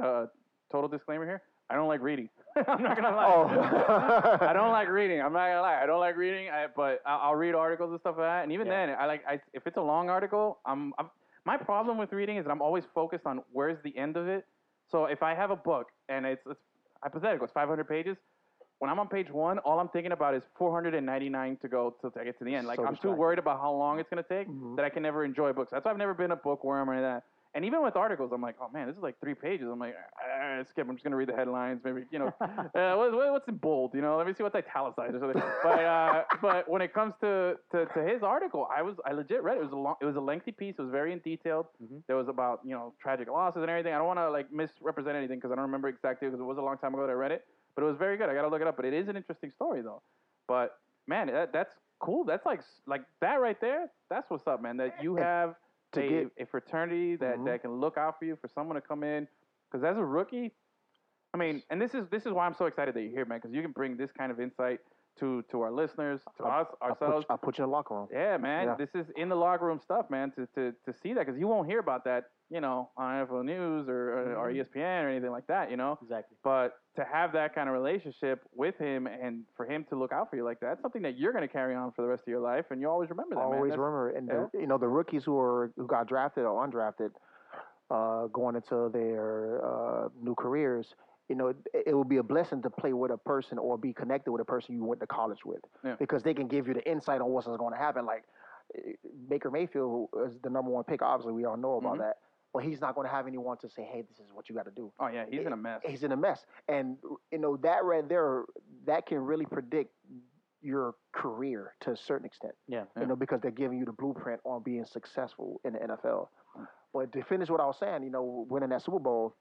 uh, total disclaimer here. I don't like reading. I'm not gonna lie. I don't like reading. I'm not gonna lie. I don't like reading. I, but I, I'll read articles and stuff like that. And even Yeah. then, I like I, if it's a long article. I'm, I'm my problem with reading is that I'm always focused on where's the end of it. So if I have a book and it's, it's hypothetical, it's 500 pages. When I'm on page one, all I'm thinking about is 499 to go till I get to the end. Like So I'm too distracting. worried about how long it's gonna take Mhm. that I can never enjoy books. That's why I've never been a bookworm or any of that. And even with articles, I'm like, oh man, this is like three pages. I'm like, ah, skip. I'm just gonna read the headlines. Maybe you know, uh, what, what- what's in bold? You know, let me see what's italicized or something. But uh, but when it comes to, to to his article, I was I legit read it. It was a long, it was a lengthy piece. It was very in detailed. Mhm. There was about you know tragic losses and everything. I don't want to like misrepresent anything because I don't remember exactly because it was a long time ago that I read it. But it was very good. I gotta look it up. But it is an interesting story though. But man, that, that's cool. That's like s- like that right there. That's what's up, man. That you have To a, get- a fraternity that, Mhm. that can look out for you for someone to come in because as a rookie, I mean, and this is this is why I'm so excited that you're here, man. Because you can bring this kind of insight to to our listeners, to us, I put, ourselves. I put you in the locker room. Yeah, man. Yeah. This is in the locker room stuff, man. To to, to see that because you won't hear about that, you know, on NFL News or, E or, or ESPN or anything like that, you know. Exactly. But to have that kind of relationship with him and for him to look out for you like that, that's something that you're going to carry on for the rest of your life, and you always remember that. man. always That's- remember, and the, you know the rookies who are who got drafted or undrafted, uh, going into their uh, new careers. You know, it, it will be a blessing to play with a person or be connected with a person you went to college with, Yeah. because they can give you the insight on what's going to happen. Like eh, Baker Mayfield who is the number one pick. Obviously, we all know about Mhm. that. But he's not going to have anyone to say, "Hey, this is what you got to do." Oh yeah, he's in a mess. he's in a mess. And you know that right there, that can really predict your career to a certain extent. Yeah. You know because they're giving you the blueprint on being successful in the NFL. But to finish what I was saying, you know, winning that Super Bowl,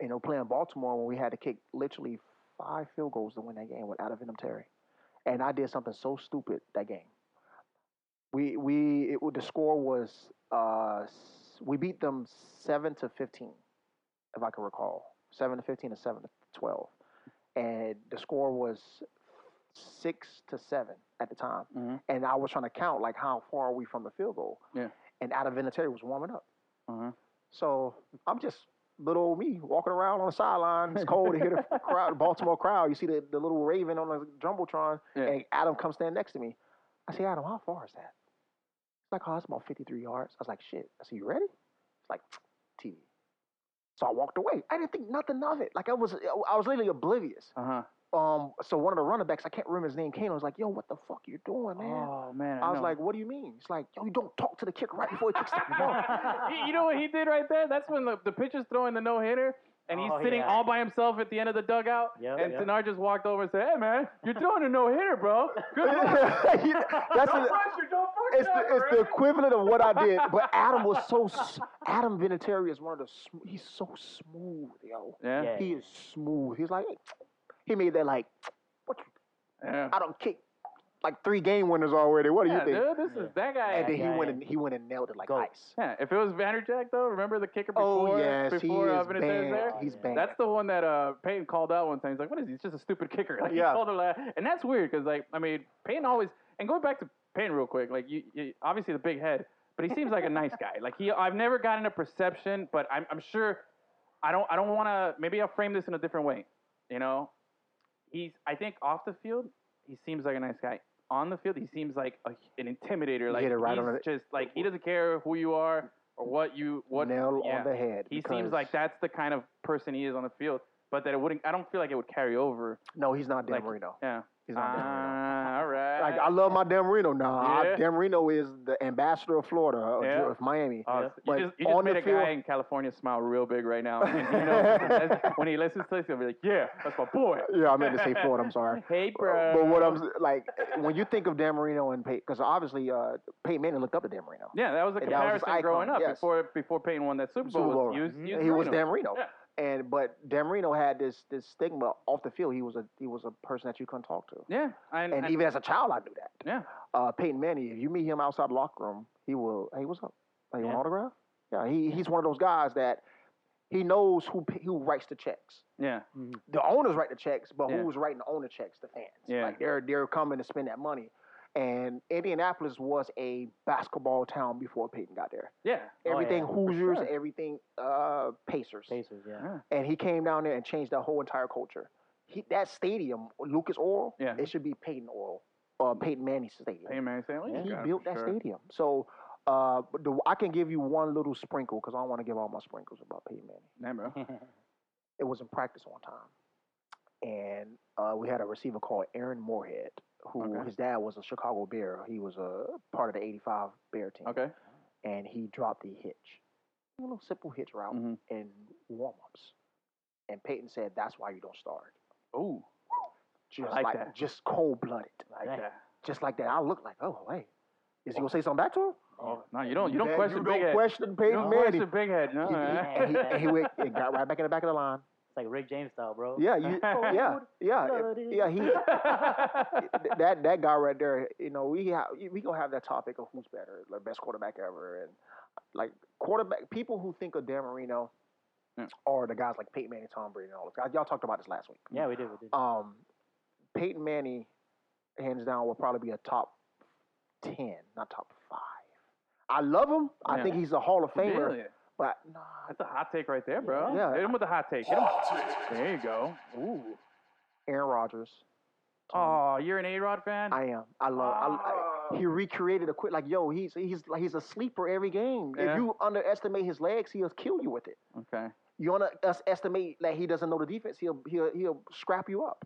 you know, playing Baltimore when we had to kick literally five field goals to win that game without a Venom Terry, and I did something so stupid that game. We we it, wa- the score was uh s- we beat them seven to fifteen, if I can recall, seven to fifteen or seven to twelve, and the score was six to seven at the time, Mhm. and I was trying to count like how far are we from the field goal, Yeah. and out of Vinatieri was warming up, Mhm. so I'm just little old me walking around on the sideline. It's cold. You hear the crowd, Baltimore crowd. You see the, the little raven on the jumbotron, Yeah. and Adam comes stand next to me. I say, Adam, how far is that? It's like, oh, it's about 53 yards. I was like, shit. I said, you ready? It's like, TV. So I walked away. I didn't think nothing of it. Like I was, I was literally oblivious. Uh huh. Um, so one of the running backs, I can't remember his name, Kane was like, yo, what the fuck you doing, man? Oh man, I was know. like, what do you mean? It's like, yo, you don't talk to the kicker right before he kicks the ball. He- you know what he did right there? That's when the, the pitcher's throwing the no hitter. And he's Oh, sitting yeah. all by himself at the end of the dugout. Yep, and yep. Tanar just walked over and said, Hey, man, you're throwing a no hitter, bro. Good luck. You know, that's Don't it. pressure, don't pressure. it's the, it's the equivalent of what I did. But Adam was so s- Adam Vinatieri is one of the sm- he's so smooth, yo. yeah. yeah. Yeah. He is smooth. He's like he made that like what you- I don't kick like three game winners already. What do Yeah, you think? dude, this is that guy. And then guy he went is- and he went and nailed it like Go. ice. Yeah, if it was Vanderjack though, remember the kicker Oh before yes, before he uh, is Benitez banned. there? He's banned. That's the one that uh, Peyton called out one time. He's like, "What is he? He's just a stupid kicker." Like Yeah. he called him that, and that's weird because like I mean, Peyton always and going back to Peyton real quick. Like you, you obviously the big head, but he seems like a nice guy. Like he, I've never gotten a perception, but I'm, I'm sure I don't I don't want to. Maybe I'll frame this in a different way. You know, he's I think off the field he seems like a nice guy. On the field, he seems like a, an intimidator. Like hit it right he's on the- just like he doesn't care who you are or what you what nail yeah. on the head. He because- seems like that's the kind of person he is on the field, but that it wouldn't. I don't feel like it would carry over. No, he's not Dan like- Marino. Yeah. He's not Dan Marino. Ah, all right. Like I love my Dan Marino. Nah, Yeah. Dan Marino is the ambassador of Florida, of Yeah. of Miami. Oh, Yeah. you But just, you just on the made a field- guy in California smile real big right now. And, you know, that's- when he listens to this, he'll be like, "Yeah, that's my boy." yeah, I meant to say Florida. I'm sorry. Hey, bro. Uh, But what I'm s- like, when you think of Dan Marino and Peyton, because obviously uh, Peyton Manning looked up to Dan Marino. Yeah, that was the That was his comparison growing icon, up yes. before before Peyton won that Super Bowl. Super Bowl. was, used- used he was Marino. Dan Marino, Yeah. and but Dan Marino had this this stigma off the field. He was a he was a person that you couldn't talk to, Yeah, and, and and- even as a child, I knew that. yeah, Uh, Peyton Manning, if you meet him outside the locker room, he will. Hey, what's up? Hey, you want Yeah. an autograph? Yeah, he he's one of those guys that he knows who p- who writes the checks. yeah, the owners write the checks, but Yeah. who's writing the owner checks? The fans. Yeah. Like they're they're coming to spend that money. And Indianapolis was a basketball town before Peyton got there. yeah. yeah, Everything for Hoosiers, sure. everything uh, Pacers. Pacers, yeah. Yeah. And he came down there and changed the whole entire culture. He, that stadium, Lucas Oil, Yeah. it should be Peyton Oil, uh, Peyton Manning Stadium. Peyton Manning saying, "Well, you He got it built for that sure." stadium. So uh, but the, I can give you one little sprinkle because I don't want to give all my sprinkles about Peyton Manning Yeah, bro. it was in practice one time, and uh, we had a receiver called Aaron Moorhead, who Okay. his dad was a Chicago Bear. He was a part of the '85 Bear team, Okay. and he dropped the hitch. a little simple hits route Mhm. and warm ups. And Peyton said that's why you don't start. Ooh, Just like like, that. just cold blooded. Like Right. that. Just like that. I look like, oh wait. Is he gonna say something back to him? Oh, no, you don't. You don't Man, question you Big don't Head. question you Peyton don't Manning. question Big Head. No, He- eh? he- and he went and got right back in the back of the line. It's like Rick James style, bro. Yeah, you, oh, yeah, yeah, yeah. He that that guy right there. You know, we ha- we gonna have that topic of who's better, like best quarterback ever, and like quarterback people who think of Dan Marino Yeah. are the guys like Peyton Manning, Tom Brady, and all those guys. Y'all talked about this last week. Yeah, we did. We did. Um, Peyton Manning, hands down, will probably be a top ten, not top five. I love him. I Yeah. think he's a Hall of Famer, Really? but nah, That's a hot take right there, bro. Yeah. Hit him with a hot take. Hit him- There you go. Ooh. Aaron Rodgers. Oh, you're an A Rod fan? I am. I love. I, I, he recreated a quick like yo. He's he's like he's a sleeper every game. Yeah. If you underestimate his legs, he'll kill you with it. okay. You underestimate that he doesn't know the defense. He'll he'll he'll scrap you up.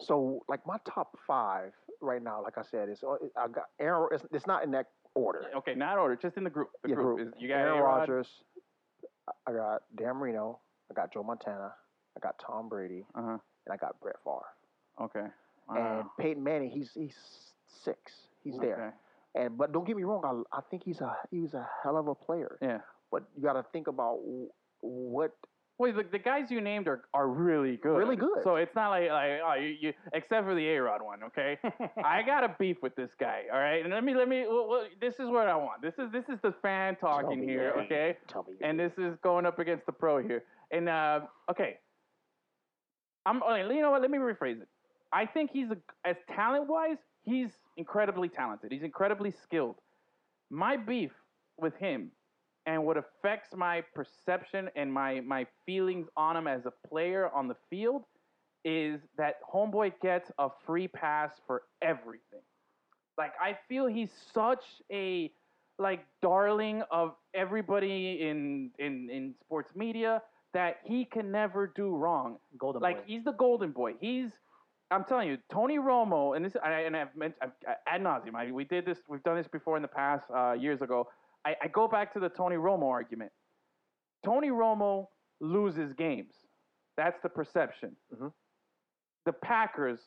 So like my top five right now, like I said, is uh, I got Aaron. It's, it's not in that order. Okay, not order, just in the group. The Yeah, group. group. Is, you got Aaron A-Rod. Rodgers. I- I got Dan Marino. I got Joe Montana. I got Tom Brady, Uh-huh. and I got Brett Favre. Okay. Wow. And Peyton Manning, he's he's six. He's there. Okay. And but don't get me wrong, I, I think he's a he was a hell of a player. Yeah. But you got to think about wh- what Well, the, the guys you named are, are really good. Really good. So it's not like like oh you, you except for the A Rod one, okay? I got a beef with this guy, all right? And let me let me well, well, this is what I want. This is this is the fan talking me here, your- okay? tell me. and this is going up against the pro here. And uh, okay, I'm. okay, You know what? Let me rephrase it. I think he's a, as talent wise, he's incredibly talented. He's incredibly skilled. My beef with him, and what affects my perception and my my feelings on him as a player on the field, is that homeboy gets a free pass for everything. Like I feel he's such a like darling of everybody in in in sports media that he can never do wrong. Golden Like boy. he's the golden boy. He's I'm telling you, Tony Romo, and this and, I, and I've mentioned ad nauseum. I, we did this. We've done this before in the past uh, years ago. I, I go back to the Tony Romo argument. Tony Romo loses games. That's the perception. Mhm. The Packers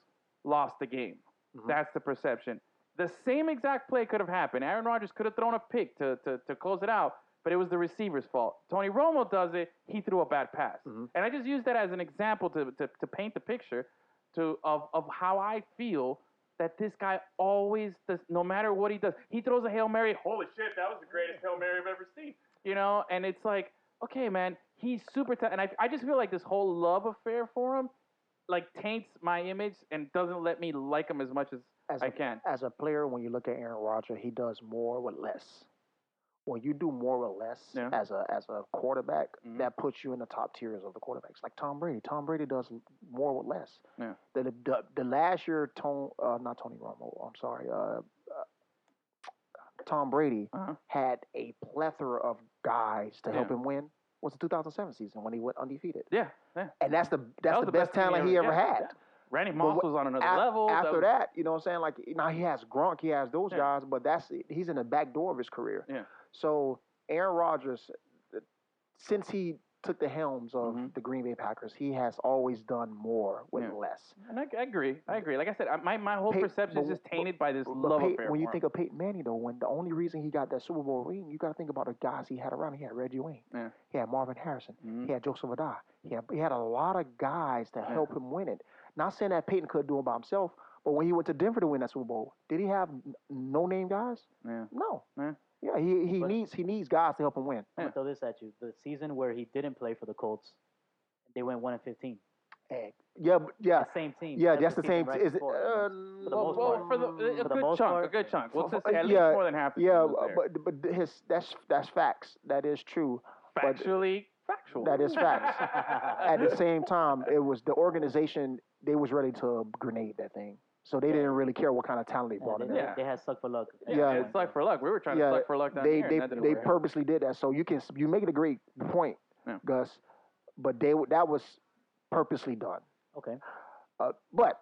lost the game. Mhm. That's the perception. The same exact play could have happened. Aaron Rodgers could have thrown a pick to, to, to close it out, but it was the receiver's fault. Tony Romo does it. He threw a bad pass. Mhm. And I just use that as an example to, to, to paint the picture to, of, of how I feel that this guy always does, no matter what he does, he throws a Hail Mary. Holy shit, that was the greatest Hail Mary I've ever seen. You know, and it's like, okay, man, he's super talented. And I, I just feel like this whole love affair for him, like, taints my image and doesn't let me like him as much as as I a- can. as a player, when you look at Aaron Rodgers, he does more with less. When you do more or less Yeah. as a as a quarterback, Mhm. that puts you in the top tiers of the quarterbacks, like Tom Brady. Tom Brady does more with less. Yeah. The, the, the, the last year, Tone, uh, not Tony Romo. I'm sorry, uh, uh, Tom Brady Uh-huh. had a plethora of guys to help Yeah. him win. Was the 2007 season when he went undefeated, Yeah, yeah. and that's the that's was the the best best team he talent he ever- ever yeah, had. yeah. Randy But Moss what- was on another Af- level. After was- that, you know what I'm saying? Like now he has Gronk, he has those Yeah. guys, but that's he's in the back door of his career. Yeah. So Aaron Rodgers, th- since he took the helms of Mhm. the Green Bay Packers, he has always done more with Yeah. less. And I, I agree. I agree. Like I said, I, my, my whole Pay- perception is but- just tainted by this But love Pey- affair. when you for him. think of Peyton Manning, though, when the only reason he got that Super Bowl ring, you got to think about the guys he had around. him. He had Reggie Wayne. Yeah. He had Marvin Harrison. Mhm. He had Joseph Adai. He had, he had a lot of guys to help him win it. Not saying that Peyton could do it by himself, but when he went to Denver to win that Super Bowl, did he have no name guys? Yeah. No. Yeah. Yeah, he, he But- needs he needs guys to help him win. I'm gonna throw this at you. The season where he didn't play for the Colts, they went one and fifteen. And- yeah, but- yeah, The same team. yeah. That's the same. season right Is it, before, you know? uh, the Well, most well, part. for the, uh, a For the good most chunk, a part, good chunk. Well, For- let's say at yeah, least more than half. the team yeah, was there. but but his that's that's facts. That is true. but- factually factual. That is facts. At the same time, it was the organization. They was ready to grenade that thing, so they didn't really care what kind of talent they Yeah, brought they, in. they- Yeah. they had suck for luck. yeah, yeah. it's like for luck. We were trying Yeah, to suck for luck down they here. they and that didn't they work. purposely did that. So you can you make it a great point, Yeah. Gus, but they that was purposely done. Okay. Uh, but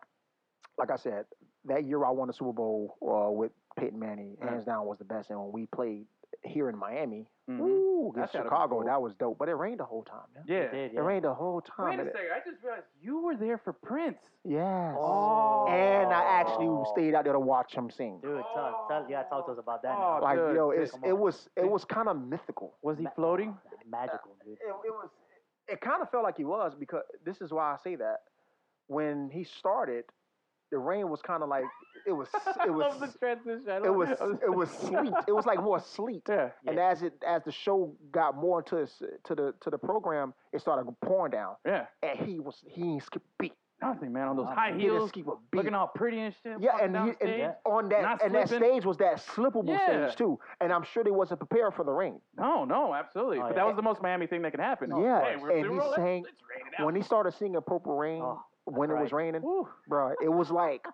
like I said, that year I won the Super Bowl uh, with Peyton Manning. Hands down was the best, and when we played here in Miami. Mhm. Ooh, That's against gotta be Chicago, cool. that was dope. But it rained the whole time. man. Yeah. It did, It yeah. rained the whole Wait time. a It- second. I just realized you were there for Prince. Yes. Oh. And I actually stayed out there to watch him sing. Dude, tell, tell, yeah, talk to us about that. Oh, now. Like dude, yo, dude, it's, come it on. was it Dude. was kind of mythical. Was he floating? Magical, dude. it, it was it kind of felt like he was because this is why I say that when he started, the rain was kind of like it was I it was love the transition. I it love- was I it was sleet. It was like more sleet. Yeah. And as it as the show got more into its, to the to the program, it started pouring down, Yeah. and he was he didn't skip a beat. Nothing, man. On those Wow. high He didn't heels, skip a beat. looking all pretty and shit. Yeah, walking and, down he, the and stage. on that Not and that slipping. stage was that slippable Yeah. stage too. And I'm sure they wasn't prepared for the rain. No, no, absolutely. Oh, but yeah. that was the most Miami thing that could happen. Yeah, Hey, we're, and we're he all- sang- It's, it's raining out. When he started singing "Purple Rain" Oh, when it was right. raining, Whew, bro, it was like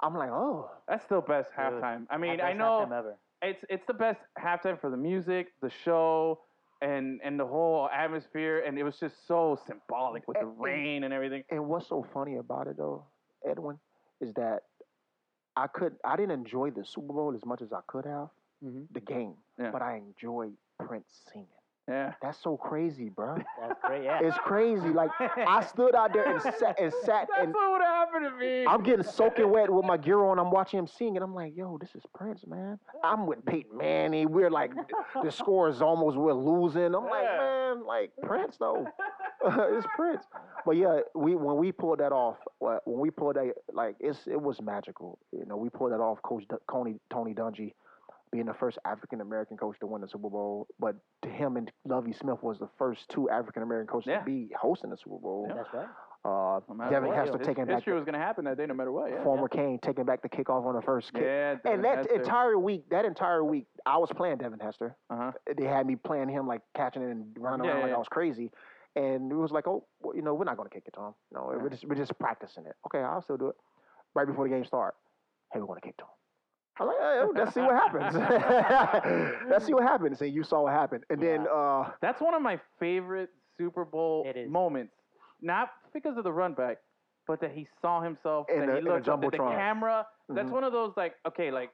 I'm like, oh, that's still best Dude, halftime. I mean, Best I halftime know Ever. it's it's the best halftime for the music, the show, and and the whole atmosphere. And it was just so symbolic with the And- and- rain and everything. And what's so funny about it though, Edwin, is that I could I didn't enjoy the Super Bowl as much as I could have, Mhm. the game, Mm-hmm. Yeah. but I enjoyed Prince singing. Yeah. That's so crazy, bro. That's great, yeah. it's crazy. Like I stood out there and sat and sat That's and what would happen to me. I'm getting soaking wet with my gear on. I'm watching him sing, and I'm like, "Yo, this is Prince, man." I'm with Peyton Manning. We're like, the score is almost we're losing. I'm like, Yeah. man, like Prince though, it's Prince. But yeah, we when we pulled that off, uh, when we pulled that, like it's it was magical. You know, we pulled that off. Coach D- Tony Tony Dungy being the first African American coach to win the Super Bowl, but to him and Lovey Smith was the first two African American coaches Yeah. to be hosting the Super Bowl. That's right. Uh, No matter Devin what, Hester his- taking back history was going to happen that day, no matter what. Yeah. former Kane taking back the kickoff on the first kick. Yeah, and that Devin Hester. entire week, that entire week, I was playing Devin Hester. Uh-huh. They had me playing him like catching it and running Yeah, around yeah, like yeah. I was crazy. And it was like, oh, well, you know, we're not going to kick it, Tom. No, Yeah. we're just we're just practicing it. Okay, I'll still do it. Right before the game start, hey, we're going to kick Tom. I was like, hey, oh, let's see what happens. let's see what happens. And you saw what happened. And then, uh, That's one of my favorite Super Bowl It is. moments. Not because of the run back, but that he saw himself, In that a- he in a looked up at the Jumbotron. camera. That's Mhm. one of those like, okay, like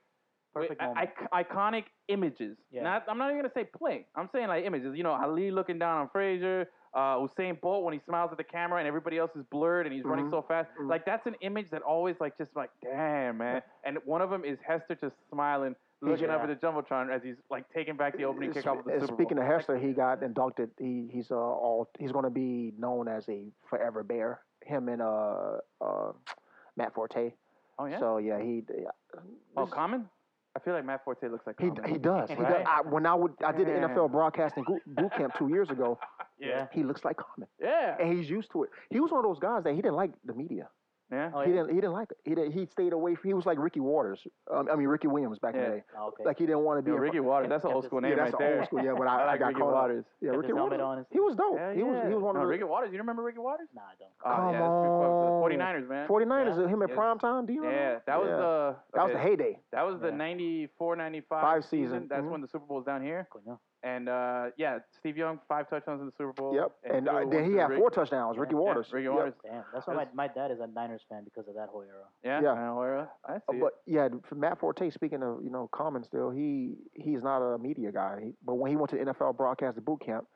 wait, Perfect I- moment. I- iconic images. Yeah. Not, I'm not even gonna say play. I'm saying like images. You know, Ali looking down on Frazier, uh, Usain Bolt when he smiles at the camera and everybody else is blurred and he's running Mhm. so fast. Mhm. Like that's an image that always like just like, damn man. And one of them is Hester just smiling. Looking up Yeah. at the jumbotron as he's like taking back the opening Uh, kickoff of sp- the uh, Super Bowl. Speaking of Hester, he got inducted. He he's uh, all he's going to be known as a forever bear. Him and uh, uh Matt Forte. oh yeah. So yeah, he. yeah. Oh, This- Common? I feel like Matt Forte looks like he, Common. he does. He does. Right. I, when I would I did Yeah. an NFL broadcasting goo- boot camp two years ago. yeah. He looks like Common, Yeah. and he's used to it. He was one of those guys that he didn't like the media. Yeah. Oh, He yeah. didn't. He didn't like it. He didn't, he stayed away. He was like Ricky Waters. Um, I mean Ricky Williams back in Yeah. the day. Oh, okay. Like he didn't want to be. Yo, in- Ricky Waters. That's an Yeah, old school this- name yeah, that's right the there. old school. Yeah, but I, I like got Ricky caught out. Waters. Yeah, Kept Ricky his helmet Waters. on and He was dope. Yeah, he was yeah. he was one no, of the Ricky Waters. You remember Ricky Waters? nah, I don't. Oh, Come yeah, on. The 49ers, man. 49ers, him at Yeah. prime time. Do you remember? Yeah, that was Yeah. the That was the okay, heyday. that was the Yeah. 94 95 Five season. season, That's mhm. when the Super Bowl's down here. Coño. And uh, yeah, Steve Young, five touchdowns in the Super Bowl. Yep. And, threw uh, one then he to had Rick- four touchdowns. Ricky Yeah, Waters. Ricky Yep. Waters. Damn, that's why my, my dad is a Niners fan because of that whole era. Yeah. Yeah. I know, uh, I Uh, see. But yeah, for Matt Forte. Speaking of you know, common still, he he's not a media guy. He, but when he went to the NFL broadcast boot camp,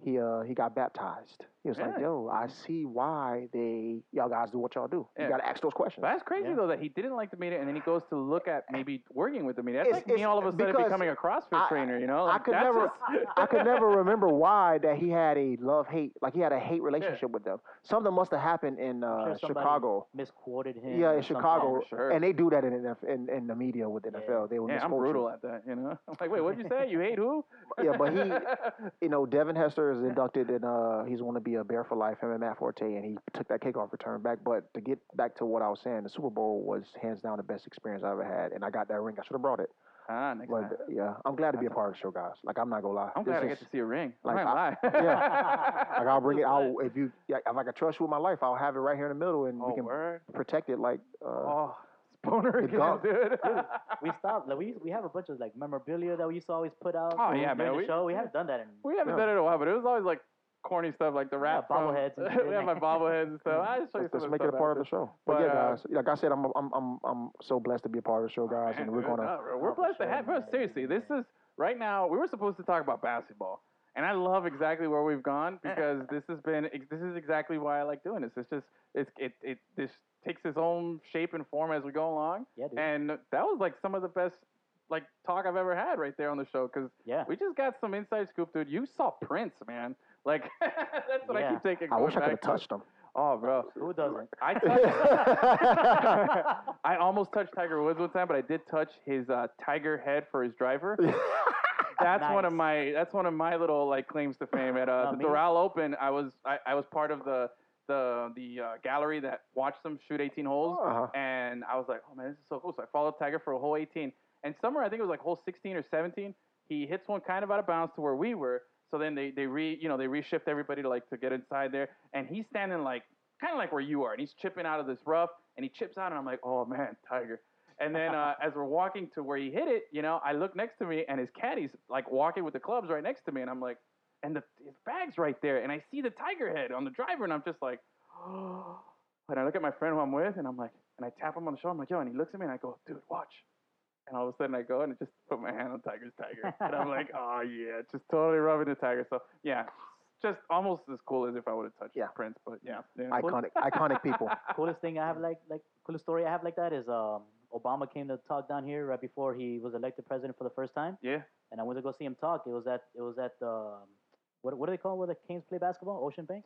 he uh he got baptized. He was like, Really? "Yo, I see why they y'all guys do what y'all do. Yeah. You got to ask those questions." But that's crazy Yeah. though that he didn't like the media, and then he goes to look at maybe working with the media. That's like It's- me it's all of a sudden because becoming a CrossFit I- trainer. You know, I Like, could that's never- just- I could never remember why that he had a love hate like he had a hate relationship with them. Something must have happened in I'm uh, sure somebody Chicago. Misquoted him. Yeah, or in something. Chicago, for sure. and they do that in NF in, in the media with NFL. They will yeah, I'm misquote you. brutal at that. You know, I'm like, wait, what'd you say? You hate who? Yeah, but he, you know, Devin Hester is inducted, and uh, he's going to be a bear for life. Him and Matt Forte, and he took that kickoff return back. But to get back to what I was saying, the Super Bowl was hands down the best experience I ever had, and I got that ring. I should have brought it, ah, next but time. yeah, I'm glad to be a part of the show, guys. Like I'm not gonna lie, I'm This glad I is- get to see a ring. like, I'm not lying. yeah. Like I'll bring it. I'll if you yeah, if I can trust you with my life, I'll have it right here in the middle, and oh, we can word. protect it. Like uh, Oh, spooner the again, gunk. dude. We stopped. Like, we we have a bunch of like memorabilia that we used to always put out. Oh, yeah, during man, The we- show we haven't done that in. we haven't Yeah. done it in a while, but it was always like corny stuff, like the rap. from- bobbleheads and shit. we had my bobbleheads and stuff. I just show you Let's, some let's of make it a stuff part of after. the show. But, But, yeah, uh, Oh, guys, like I said, I'm I'm I'm I'm so blessed to be a part of the show, guys, Man, and we're dude, gonna nah, bro, uh, we're Oh, for blessed to sure, have. Bro, man. seriously, this is right now we were supposed to talk about basketball, and I love exactly where we've gone because this has been this is exactly why I like doing this. It's just it's it it this takes its own shape and form as we go along, Yeah, dude. and that was like some of the best like talk I've ever had right there on the show because yeah. we just got some inside scoop, dude. You saw Prince, man. Like that's what I Yeah. keep taking. I going wish I could back have to. touched him. Oh, bro, Who doesn't? I touched. I almost touched Tiger Woods one time, but I did touch his uh, tiger head for his driver. That's one of Nice. my that's one of my little like claims to fame. At uh, Not the me. Doral Open, I was I, I was part of the the the uh, gallery that watched them shoot 18 holes, Oh. Uh-huh. and I was like, oh man, this is so cool. So I followed Tiger for a whole 18, and somewhere I think it was like hole 16 or 17, he hits one kind of out of bounds to where we were. So then they they re you know they reshift everybody to like to get inside there, and he's standing like kind of like where you are, and he's chipping out of this rough, and he chips out, and I'm like, oh man, Tiger. And then uh, as we're walking to where he hit it, you know, I look next to me, and his caddy's like walking with the clubs right next to me, and I'm like, and the his bag's right there, and I see the tiger head on the driver, and I'm just like, and I look at my friend who I'm with, and I'm like, and I tap him on the shoulder, I'm like, yo, and he looks at me, and I go, dude, watch. And all of a sudden, I go and I just put my hand on Tiger's tiger, and I'm like, oh yeah, just totally rubbing the tiger. So yeah, just almost as cool as if I would have touched Yeah. Prince, but yeah, yeah. Iconic, iconic people. coolest thing I have like like coolest story I have like that is um Obama came to talk down here right before he was elected president for the first time, yeah. and I went to go see him talk. It was at it was at the um, what what do they call it where the Kings play basketball? Ocean Bank.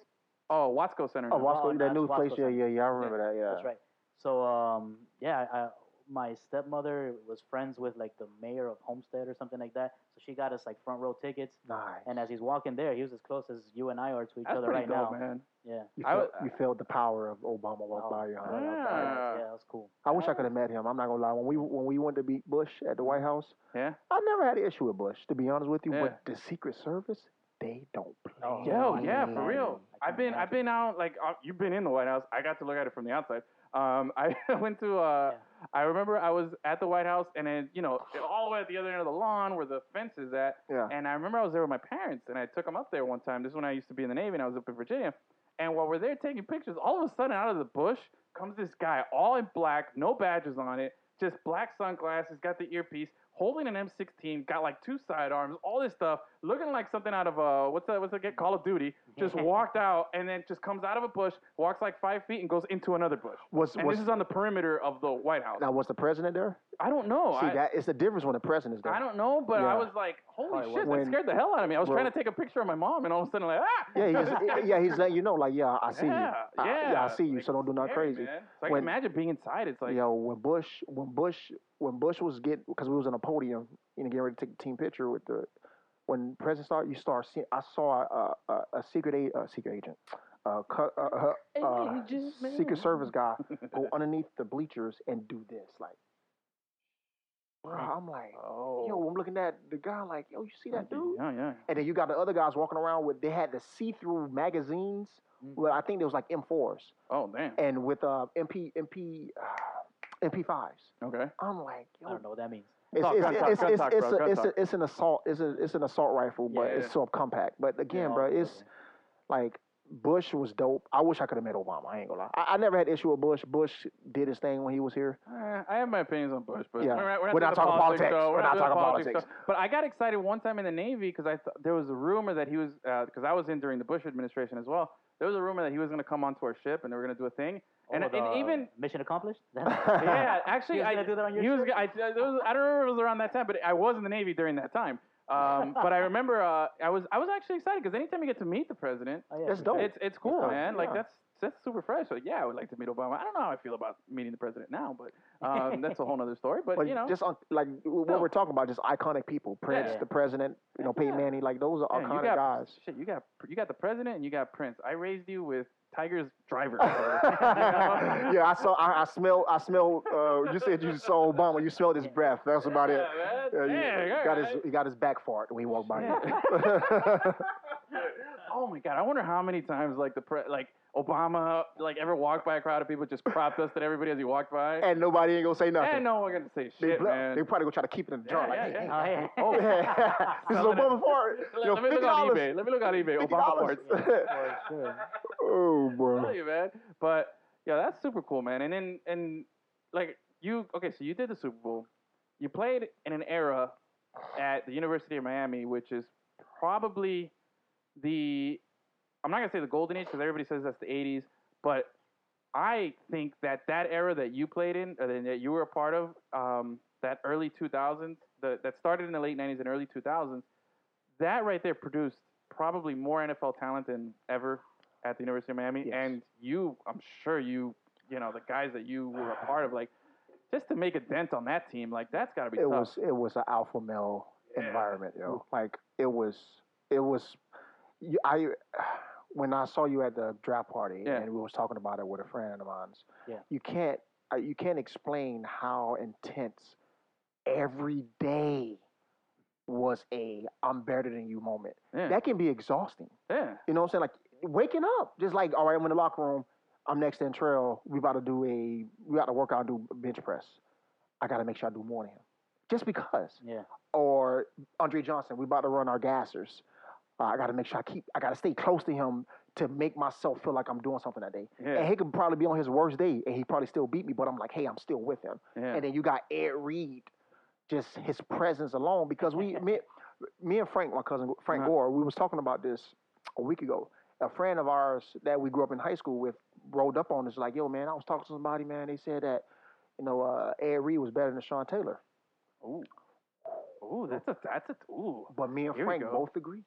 Oh, Watsco Center. Oh, now. Wasco, no, that it's new place. Wasco Yeah, Center. yeah, yeah. I remember that. Yeah. That's right. So um yeah, I, my stepmother was friends with like the mayor of Homestead or something like that, so she got us like front row tickets. Nice. And as he's walking there, he was as close as you and I are to each That's other pretty right dope, now. man. Yeah. you, I felt, w- you felt the power of Obama walk by you. huh? Oh, yeah. yeah, that was cool. I wish I could have met him. I'm not gonna lie. When we when we went to beat Bush at the White House, Mm-hmm. Yeah. I never had an issue with Bush. To be honest with you, Yeah. but the Secret Service, they don't play. Oh, Yo, I yeah, can for real. imagine. I I've can been I've been out like uh, you've been in the White House. I got to look at it from the outside. Um, I went to uh, Yeah. I remember I was at the White House and then you know all the way at the other end of the lawn where the fence is at. Yeah. And I remember I was there with my parents and I took them up there one time. This is when I used to be in the Navy and I was up in Virginia. And while we're there taking pictures, all of a sudden out of the bush comes this guy all in black, no badges on it, just black sunglasses, got the earpiece, holding an M16, got like two sidearms, all this stuff, looking like something out of uh what's that what's that get Call of Duty. Just walked out and then just comes out of a bush, walks like five feet and goes into another bush. Was And was this is on the perimeter of the White House. now was the president there? I don't know. See, I, that it's the difference when the president's there. I don't know, but I Yeah. was like, holy Probably shit, that wasn't. scared the hell out of me. I was Well- trying to take a picture of my mom, and all of a sudden, like, ah! yeah, he's, yeah, he's letting you know, like, yeah, I see Yeah, you. I, yeah, I see you. like, so don't do nothing Scary, crazy. man. So I can When- imagine being inside. It's like, you know, when Bush, when Bush, when Bush was getting, because we was on a podium, you know, getting ready to take the team picture with the, when President started, you start seeing, I saw a, a, a secret a, a secret agent, a, cu- uh, a, a, a uh, secret service guy go underneath the bleachers and do this, like, bro, I'm like, oh, yo, I'm looking at the guy, like, yo, you see that dude? yeah, yeah. And then you got the other guys walking around with, they had the see-through magazines. Mm-hmm. Well, I think it was like M4s Oh, damn. and with uh, MP MP uh, MP5s. Okay. I'm like, yo, I don't know what that means. it's Talk, it's gun talk, it's gun it's talk, it's bro, a- gun it's a- talk. it's an assault it's a it's an assault rifle, but Yeah. it's so compact. But again, Yeah, bro, it's like Bush was dope. I wish I could have met Obama. I ain't gonna lie. I, I never had issue with Bush. Bush did his thing when he was here. Eh, I have my opinions on Bush, but Yeah. we're, doing We're not the talking politics. show. We're not doing the talking Show. politics. But I got excited one time in the Navy because I th- there was a rumor that he was because I was in during the Bush administration as well. There was a rumor that he was going to come onto our ship and they were going to do a thing. And, Oh, and the even mission accomplished. yeah, actually, He was I, gonna do that on your he was, shirt? I, I, it was, I don't remember if it was around that time, but I was in the Navy during that time. Um, but I remember uh, I was I was actually excited because anytime you get to meet the president, Oh, yeah. That's dope. it's it's cool, Yeah, man. Like yeah. that's that's super fresh. Like yeah, I would like to meet Obama. I don't know how I feel about meeting the president now, but um, that's a whole other story. But, But you know, just on, like w- No. what we're talking about, just iconic people, Prince, Yeah. the president, you know, Peyton Yeah. Manning, like those are yeah, you iconic got guys. shit. You got you got the president and you got Prince. I raised you with Tiger's driver. You know? yeah, I saw. I, I smell. I smell. Uh, you said you saw Obama. You smelled his breath. That's about it. Yeah, Yeah, man. you- Dang, all got his. right. He got his back fart when he walked by. Yeah. you. oh my god! I wonder how many times like the pre- like Obama like ever walked by a crowd of people just crop dusted everybody as he walked by, and, and nobody ain't gonna say nothing. no one gonna say they, shit, bl- man. they probably gonna try to keep it in the jar. Yeah, like, yeah, hey, Oh, yeah. Oh, hey. this is Selling it. Obama fart. Let, Yo, let me look fifty on dollars. eBay. Let me look on eBay. Fifty Obama dollars. parts. For sure. oh I boy. tell you, man. But yeah, that's super cool, man. And then and like you, okay, so you did the Super Bowl. You played in an era at the University of Miami, which is probably the I'm not gonna say the golden age because everybody says that's the 80s, but I think that that era that you played in, or that you were a part of, um, that early 2000s, the, that started in the late 90s and early 2000s, that right there produced probably more NFL talent than ever at the University of Miami. Yes. And you, I'm sure you, you know, the guys that you were a part of, like, just to make a dent on that team, like that's got to be it tough. was it was an alpha male Yeah. environment, yo. Like it was it was you- I when I saw you at the draft party Yeah. and we was talking about it with a friend of mine's. Yeah. You can't uh, you can't explain how intense every day was a I'm better than you moment. yeah. That can be exhausting. yeah, You know what I'm saying? Like waking up, just like all right, I'm in the locker room. I'm next to Entrell. We about to do a we got to work out and do bench press. I got to make sure I do more than him, just because. Oh. Yeah. Or Andre Johnson, we about to run our gassers. Uh, I got to make sure I keep. I got to stay close to him to make myself feel like I'm doing something that day. yeah, And he could probably be on his worst day, and he probably still beat me. But I'm like, hey, I'm still with him. yeah. And then you got Ed Reed, just his presence alone. Because we, me, me and Frank, my cousin Frank Uh-huh. Gore, we was talking about this a week ago. A friend of ours that we grew up in high school with rolled up on us like, "Yo, man, I was talking to somebody, man. They said that, you know, uh, Ed Reed was better than Sean Taylor." Ooh. Ooh, that's a that's a ooh. But me and Here we Frank go. both agreed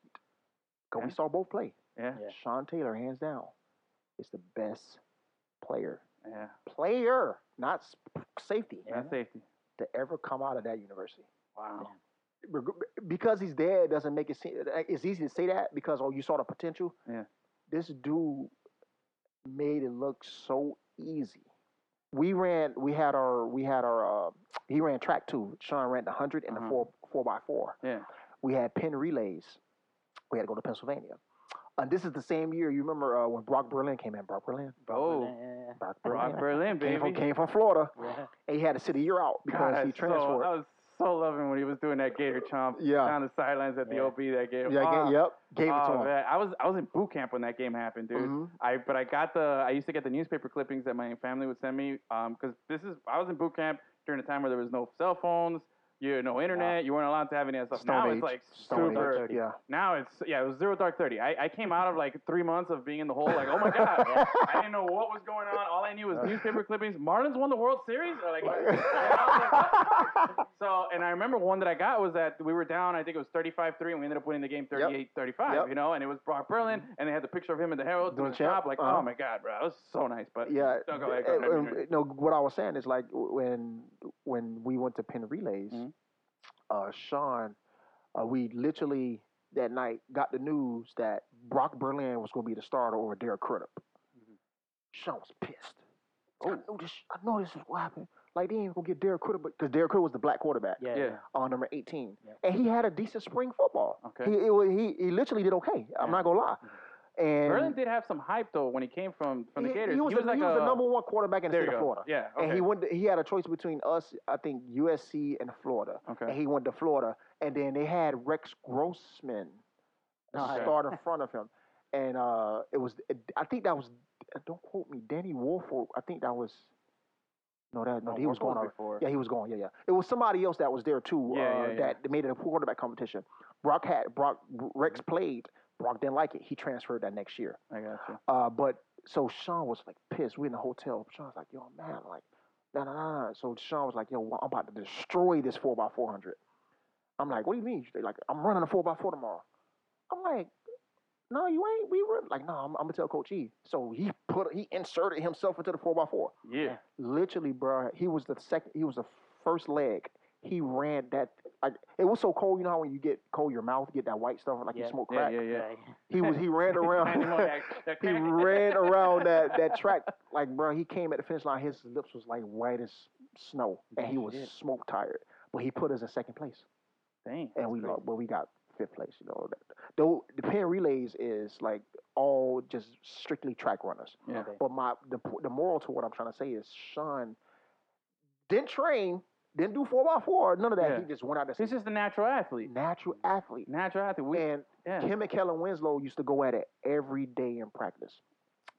because we Yeah. saw both play. Yeah, Yeah. Sean Taylor, hands down, is the best player, yeah. player, not s- safety, That's safety. to ever come out of that university. Wow. reg- because he's dead doesn't make it seem it's easy to say that because oh you saw the potential Yeah. this dude made it look so easy we ran we had our we had our uh, he ran track two sean ran the 100 and Uh-huh. the four four by four Yeah. we had pin relays we had to go to pennsylvania and this is the same year you remember uh, when brock berlin came in brock berlin Oh, Yeah. brock Brock Berlin, baby. came, from, came from florida Yeah. and he had to sit a year out because God, he so- transferred I was so loving when he was doing that Gator chomp Yeah. down the sidelines at the Yeah. OB that game. yeah, Ah, ga- yep gave it to oh, him man. I was I was in boot camp when that game happened, dude. Mhm. I but I got the I used to get the newspaper clippings that my family would send me because this is I was in boot camp during a time where there was no cell phones, you no internet, you weren't allowed to have any of that stuff. Stone now Age. it's like Stone Age, super. Yeah. Now it's yeah, it was zero dark thirty. I, I came out of like three months of being in the hole, like oh my god, I didn't know what was going on. All I knew was newspaper clippings. Marlins won the World Series. Or, like, and I was like, what? so, and I remember one that I got was that we were down. I think it was thirty-five three, and we ended up winning the game 38-35. Yep. Mm-hmm. You know, and it was Brock Berlin, and they had the picture of him in the Herald doing Doing the champ, chop. Like uh-huh. oh my god, bro, that was so nice. But Yeah. don't go ahead. uh, Go ahead. um, no, what I was saying is like when when we went to pin relays, Mhm. uh, Sean, uh, we literally that night got the news that Brock Berlin was going to be the starter over Derek Crudup. Mm-hmm. Sean was pissed. I know this. I know this is what happened. Like they ain't gonna get Derek Crudup because Derek Crudup was the black quarterback Yeah. yeah. yeah. on number eighteen, Yeah. and he had a decent spring football. Okay. He, it, wa- he he literally did okay. Yeah. I'm not gonna lie. And Berlin did have some hype though when he came from from the he, Gators. he was, the, like he was a- the number one quarterback in the there you state of go. Florida. Yeah. Okay. And he went. He had a choice between us, I think USC and Florida, and okay. he went to Florida. And then they had Rex Grossman Okay. start in front of him, and uh, it was. I think that was. uh, Don't quote me, Danny Wolford. I think that was. No, that no, he was going. on- before. Yeah, he was going. Yeah, yeah. It was somebody else that was there too. Yeah, uh, yeah, yeah. That made it a quarterback competition. Brock had Brock Rex played. Brock didn't like it. He transferred that next year. I got you. Uh, but so Sean was like pissed. We in the hotel. Sean's like, yo, man, like, nah, nah, nah. nah." So Sean was like, yo, well, I'm about to destroy this four x four hundred. I'm like, what do you mean? They like, I'm running a four x four tomorrow. I'm like, no, you ain't. We were like, no, I'm, I'm gonna tell Coach E. So he put he inserted himself into the four x four. Yeah. Literally, bro, he was the second. He was the first leg. He ran that. Like, it was so cold. You know how when you get cold, your mouth get that white stuff, like you Yeah. smoke Yeah, crack. yeah, yeah. He was he ran I know around. that- that he crack. ran around that, that track like bro. He came at the finish line. His lips was like white as snow, and he was Shit. smoke tired. But he put us in second place, Dang. and we lost. But we got fifth place. You know, That- though the pin relays is like all just strictly track runners. Yeah. Okay. But my the po- the moral to what I'm trying to say is Sean didn't train, didn't do four by four, none of that. Yeah. He just went out there. He's just a natural athlete. natural athlete. Natural athlete. We, And yeah. him and Kellen Winslow used to go at it every day in practice.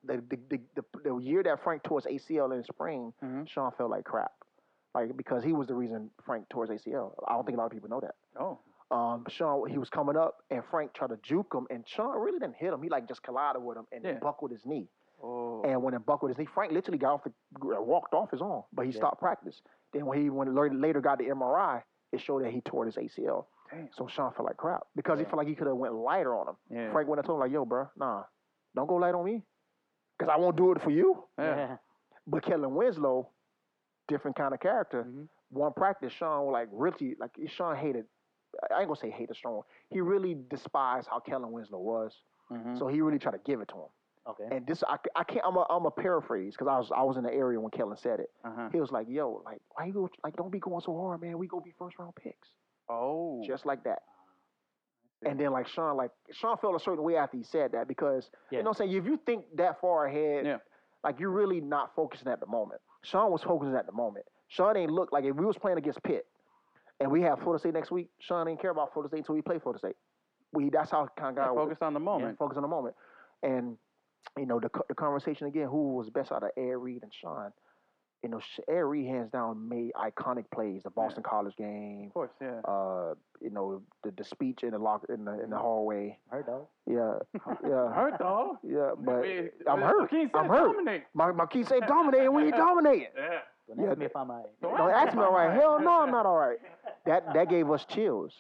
The the, the, the, the year that Frank tore his ACL in spring, Mhm. Sean felt like crap. Like because he was the reason Frank tore his ACL. I don't think a lot of people know that. Oh, Um, Sean, he was coming up, and Frank tried to juke him, and Sean really didn't hit him. He like just collided with him and Yeah. buckled his knee. oh, And when it buckled his knee, Frank literally got off the uh, walked off his arm, but he Yeah. stopped practice. Then when he when later- later got the MRI, it showed that he tore his ACL. Damn. So Sean felt like crap because he Yeah. felt like he could have went lighter on him. yeah. Frank went and told him like, "Yo, bro, nah, don't go light on me, because I won't do it for you." yeah. But Kellen Winslow, different kind of character. Mhm. One practice, Sean was like really like Sean hated. I ain't gonna say hated strong. He really despised how Kellen Winslow was. Mhm. So he really tried to give it to him. Okay. And this, I, I can't. I'm a, I'm a paraphrase because I was I was in the area when Kellen said it. Uh-huh. He was like, "Yo, like why you go, like don't be going so hard, man. We gonna be first round picks, Oh, just like that." And then like Sean, like Sean felt a certain way after he said that because Yeah. you know what I'm saying. If you think that far ahead, Yeah. like you're really not focusing at the moment. Sean was focusing at the moment. Sean ain't look like if we was playing against Pitt, and we have Florida State next week. Sean ain't care about Florida State until we play Florida State. We that's how kind of guy Yeah, focus on the yeah, moment. focus on the moment. And you know the co- the conversation again. Who was best out of Air Reed and Sean? You know, Sh- Air Reed hands down made iconic plays. The Boston College game. Of course, yeah. Uh, you know the, the speech in the lock in the in the hallway. Heard though. Yeah, yeah, Hurt though. yeah. But Wait, I'm uh, hurt. Keith said I'm hurt. Dominate. my my kids say dominating when you dominating. Yeah. Don't Yeah, ask me if I'm alright. Don't Don't ask ask me all right. Hell no, I'm not all right. That that gave us chills.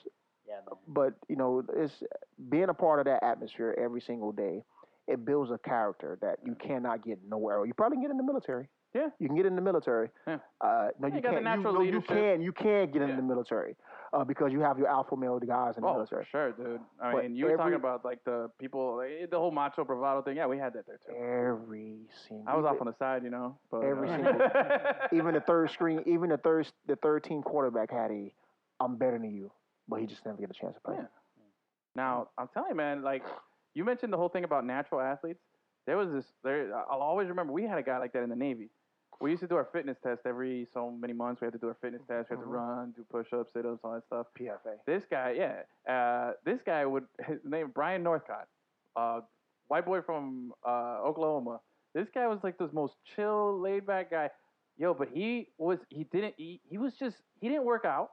Yeah, man. but you know it's being a part of that atmosphere every single day it builds a character that you cannot get nowhere else. you probably get in the military Yeah. you can get in the military Yeah. uh, no You you got the can't you, natural no, you leadership. can you can get Yeah. in the military uh, because you have your alpha male guys in the Oh, for military sure, dude. I But mean, you were talking every- about like the people, like, the whole macho bravado thing. Yeah, we had that there too. every single I was off on the side, you know. But, Every uh, single- even the third screen even the third the third team quarterback had a I'm better than you but he just never get a chance to play Yeah. Now I'm telling you, man. Like you mentioned the whole thing about natural athletes. There was this. There, I'll always remember. We had a guy like that in the Navy. We used to do our fitness test every so many months. We had to do our fitness test. We had to Mhm. run, do push-ups, sit-ups, all that stuff. PFA This guy, yeah, uh, this guy would his name Brian Northcott, uh, white boy from uh, Oklahoma. This guy was like this most chill, laid back guy. Yo, but he was he didn't he, he was just he didn't work out.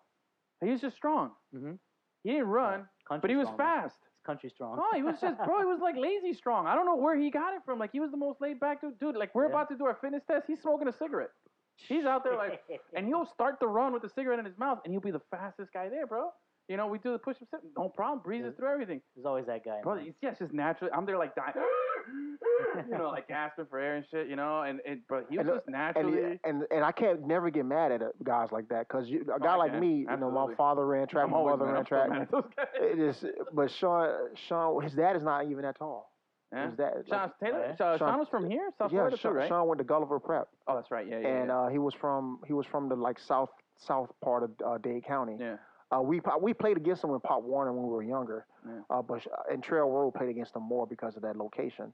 He was just strong. Mhm. He didn't run, Country but he was strong, man. fast. It's country strong. No, he was just bro. He was like lazy strong. I don't know where he got it from. Like he was the most laid back dude. Dude, like we're Yeah. about to do our fitness test. He's smoking a cigarette, he's out there like- and he'll start the run with the cigarette in his mouth, and he'll be the fastest guy there, bro. You know, we do the push up, no problem, breezes Yeah. through everything, There's always that guy. bro. man. It's, yeah, it's just naturally. I'm there like dying, you know, like gasping for air and shit, you know. And and but he was And look, just naturally. and, and and I can't never get mad at uh, guys like that because a guy Oh, I like can. me, you know, my Absolutely. father ran track, I'm my always mother mad. ran I'm still track. mad at those guys. It is, but Sean, Sean, his dad is not even that tall. Yeah. His dad, like, Sean Taylor, Yeah. Sean, Sean- Sean was from here, South yeah, Florida, too, Sean, right? Sean went to Gulliver Prep, oh, that's right. Yeah, yeah. and yeah. uh, he was from he was from the like south south part of uh, Dade County. yeah. Uh, we pro- we played against them with Pop Warner when we were younger, Yeah. uh, but Sh- and Trail Road played against them more because of that location.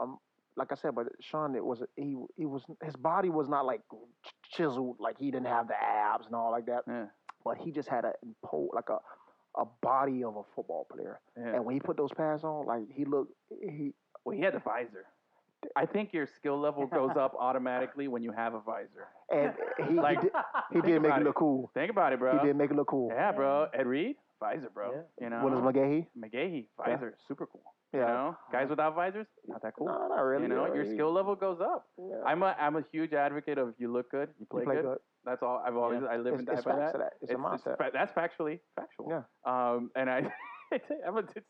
Um, like I said, but Sean, it was he he was his body was not like ch- chiseled, like he didn't have the abs and all like that. Yeah. But he just had a impo- like a a body of a football player, yeah. and when he put those pads on, like he looked he Well, he had the visor. I think your skill level goes up automatically when you have a visor. and he Like, he did, he did make about it it. look cool. Think about it, bro. He did make it look cool. Yeah, bro. Ed Reed, visor, bro. Yeah. You know, Willis McGahee, McGahee, Yeah. visor, super cool. yeah, You know, guys without visors, not that cool. no, not really. you know, yeah, your he- skill level goes up. yeah, I'm a I'm a huge advocate of you look good, you he play, played good. That's all I've always I live It's, and die it's by that. facts to that. It's, a mindset. fa- that's factually factual. Yeah. Um, and I, I'm a, it's,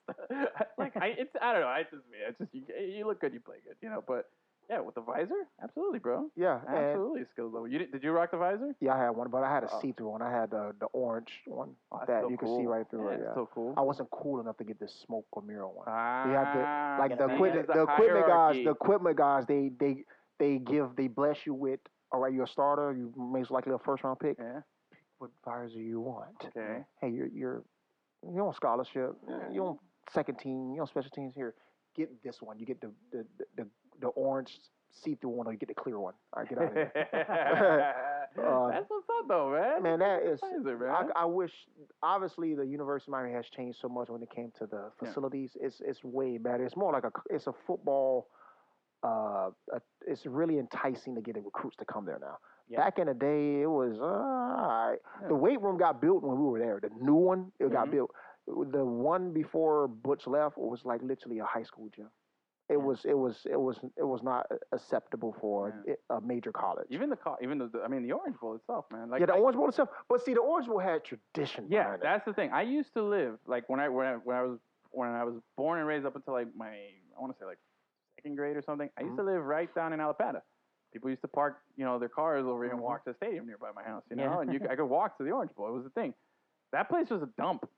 like I, it's I don't know. I just me. It's just you, you look good, you play good, you know. But yeah, with the visor, absolutely, bro. Yeah, and Absolutely, skill level. You did, did you rock the visor? yeah, I had one, but I had a Oh. see through one. I had the the orange one Oh, that's that so you could cool. see right through. yeah, it, it's yeah. so cool. I wasn't cool enough to get this smoke or mirror one. ah, have to- like the see, there's equipment, the a equipment guys, hierarchy. the equipment guys, they they they give, they bless you with. All right, you're a starter. You most likely a first round pick. Yeah. What fires do you want? Okay. Hey, you're you're you're on scholarship. eh, You're on second team. You're on special teams here. Get this one. You get the the the, the, the orange see through one, or you get the clear one. All right, get out of here. Uh, that's what's up, though, man. Man, that is That's visor, man. I, I wish. Obviously, the University of Miami has changed so much when it came to the Yeah. facilities. It's it's way better. It's more like a c- it's a football. Uh, a, it's really enticing to get the recruits to come there now. Yeah. Back in the day, it was uh, all right. The weight room got built when we were there. The new one, it got Mhm. built. The one before Butch left was like literally a high school gym. It was it was it was it was not acceptable for a a major college. Even the co- even the, the- I mean the Orange Bowl itself, man. Like yeah, the I- Orange Bowl itself. But see, the Orange Bowl had tradition. yeah, behind it. that's the thing. I used to live like when I when I, when I was when I was born and raised up until like my I want to say like second grade or something. I used to live right down in Alapata. People used to park, you know, their cars over here and Mhm. walk to the stadium nearby my house, you know, Yeah. and you, I could walk to the Orange Bowl. It was the thing. That place was a dump.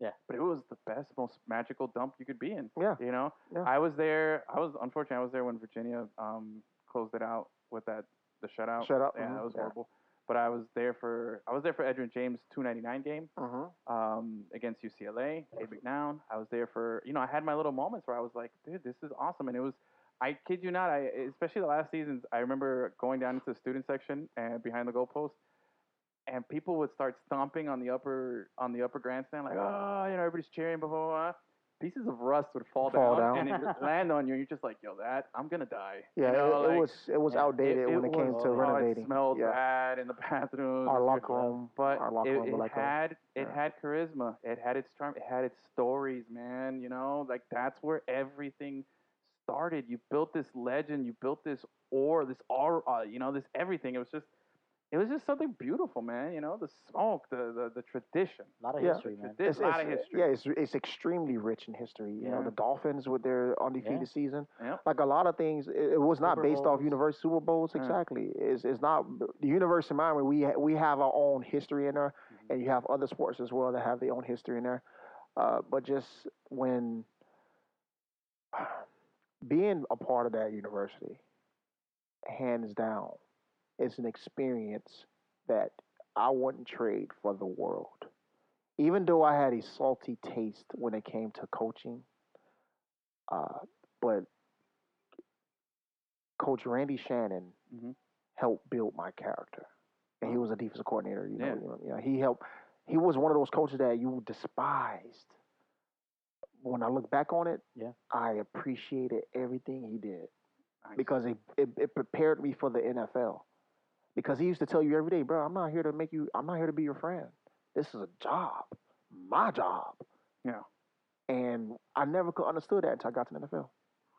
Yeah. But it was the best, most magical dump you could be in. Yeah. You know, Yeah. I was there. I was unfortunately I was there when Virginia um, closed it out with that the shutout. Shutout, Yeah, mhm, that was yeah. horrible. But I was there for I was there for Edwin James' 299 game Mhm. um, against UCLA, Cade McNown. I was there for, you know, I had my little moments where I was like, dude, this is awesome. And it was, I kid you not, I especially the last seasons, I remember going down into the student section and behind the goalpost, and people would start stomping on the upper on the upper grandstand, like, oh, you know, everybody's cheering, blah blah blah. Pieces of rust would fall, Fall and down. it would land on you. And you're just like, yo, that I'm gonna die. Yeah, you know, it, it like, was it was yeah, outdated it- when it it came was- to oh, it renovating. Oh, it smelled yeah. bad in the bathroom. Our locker room, But our locker it, room, it was like a, had it yeah. had charisma. It had its charm. It had its stories, man. You know, like that's where everything started. You built this legend. You built this or this aura. uh, You know, this everything. It was just, it was just something beautiful, man. You know, the smoke, the the, the tradition. A lot of Yeah. history, man. This a lot of history. Yeah, it's, it's extremely rich in history. You know, Yeah. the Dolphins with their undefeated Yeah. season, Yep. like a lot of things, it, it was not Super based off Bowls. universe Super Bowls Yeah. exactly. It's, it's not the universe in mind. We ha- we have our own history in there, Mm-hmm. and you have other sports as well that have their own history in there. Uh, but just when being a part of that university, hands down, it's an experience that I wouldn't trade for the world. Even though I had a salty taste when it came to coaching, uh, but Coach Randy Shannon Mhm. helped build my character, and he was a defensive coordinator. You know, Oh. Yeah. you know, you know, he helped. He was one of those coaches that you despised. When I look back on it, Yeah. I appreciated everything he did Nice. because it, it, it prepared me for the NFL. Because he used to tell you every day, bro, I'm not here to make you, I'm not here to be your friend. This is a job, my job. Yeah. And I never could understood that until I got to the NFL.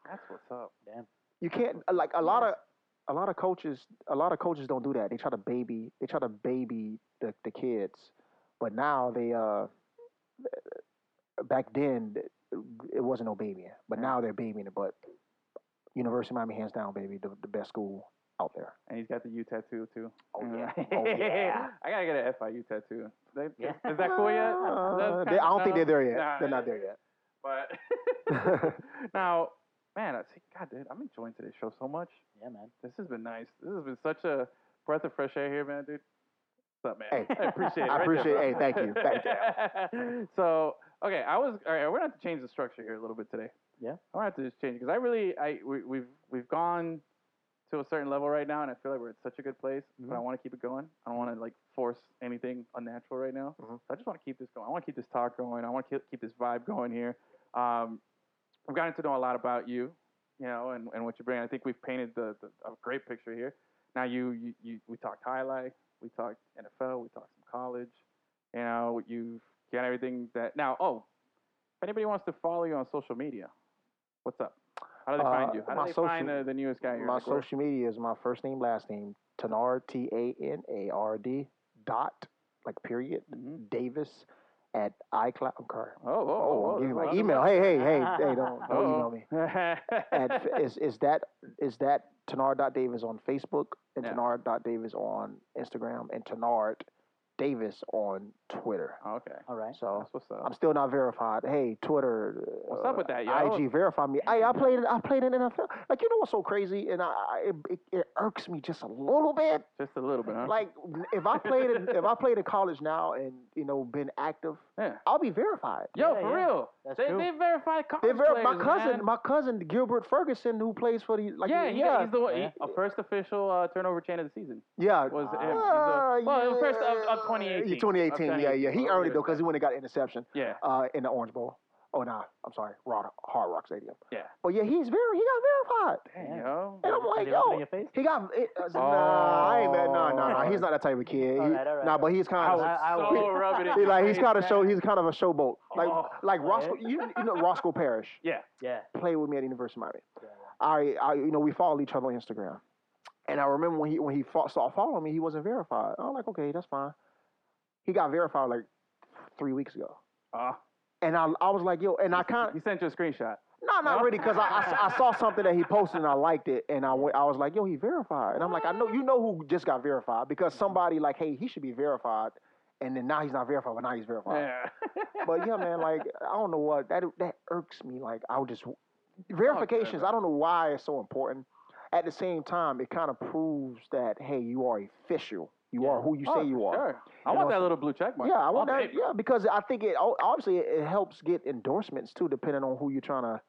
that's what's up. Damn. You can't uh, like a lot of a lot of coaches, a lot of coaches don't do that. They try to baby, they try to baby the, the kids, but now they uh back then it wasn't no babying, but now they're babying it. But University of Miami, hands down, baby, the, the best school out there. And he's got the U tattoo too. Oh Mhm. yeah. Oh yeah. I gotta get an FIU tattoo. They- Yeah. Is that cool yet? Uh, That's they, I don't think kinda- they're there yet. Nah, they're not there yet. But now, man, I say, God, dude, I'm enjoying today's show so much. Yeah, man. This has been nice. This has been such a breath of fresh air here, man, dude. What's up, man? Hey, I appreciate it. I right appreciate- there, hey, thank you. Thank you. so, okay, I was all right. We're gonna have to change the structure here a little bit today. Yeah. I'm gonna have to just change because I really, I we, we've we've gone to a certain level right now, and I feel like we're at such a good place. But I want to keep it going. I don't want to like force anything unnatural right now. Mhm. So I just want to keep this going. I want to keep this talk going. I want to keep, keep this vibe going here. Um, I've gotten to know a lot about you, you know, and, and what you bring. I think we've painted the, the a great picture here. Now you, you, you we talked highlight, we talked NFL, we talked some college. You know, you've got everything that now. Oh, if anybody wants to follow you on social media, what's up? How do they Uh, find you? How my do they find social- the, the newest guy here? My Like, where- social media is my first name, last name, Tanard T A N A R D dot like period Mhm. Davis at iCloud. I'm sorry. Oh, oh, Oh, oh, I'm oh giving there's my a- email. Hey, hey, hey, hey! Don't don't email me. At, Uh-oh. is is that is that Tanard Davis on Facebook and Yeah. Tanard Davis on Instagram and Tanard Davis on Twitter. okay. All right. So That's what's up. I'm still not verified. Hey, Twitter. What's up with that, yo? IG verify me. Hey, I played. I played in NFL. Like you know what's so crazy, and I, I it, it, it irks me just a little bit. Just a little bit, huh? Like if I played in, if I played in college now and you know been active, Yeah. I'll be verified. Yo, Yeah, for yeah. real. That's they, true. they verified college They ver- my players, cousin, man. my cousin Gilbert Ferguson, who plays for the like yeah, he- yeah, he's the one, Yeah. he- a first official uh, turnover chain of the season. yeah. Was Ah. him. He's a- Uh, well, yeah. first of, of 2018. Yeah, 2018, Of yeah, yeah. He 2018. earned it though because he went and got an interception Yeah. uh, in the Orange Bowl. Oh, nah, I'm sorry, Raw, Hard Rock Stadium. Yeah. But yeah, he's very, he got verified. Damn, yo. And I'm like, Did it open in yo, your face? he got, it, I said, nah, I ain't, that- nah, nah, nah, he's not that type of kid. He- All right, all right, nah, all but he's kind I of, was I- I so would- rubbing it. He like he's kind gotta of show. He's kind of a showboat. Like Oh, like yeah. Roscoe. You, you know Roscoe Parrish Yeah. Yeah. played with me at the University of Miami. yeah. I, I you know we followed each other on Instagram, and I remember when he when he fought, started following me, he wasn't verified. I'm like, okay, that's fine. He got verified like three weeks ago, Ah, and I I was like, yo, and I kind of he sent you a screenshot. no, not really, because I, I, I saw something that he posted and I liked it, and I, went, I was like, yo, he verified. And I'm like, I know, you know who just got verified, because somebody like, hey, he should be verified, and then now he's not verified, but now he's verified. Yeah. But yeah, man, like, I don't know what, that, that irks me. Like, I'll just, verifications, I don't know why it's so important. At the same time, it kind of proves that, hey, you are official. You are who you say Oh, you for are. Sure. I You want know, that little blue check mark. Yeah, I want All that. day. Yeah, because I think it o- obviously it it helps get endorsements too, depending on who you're trying to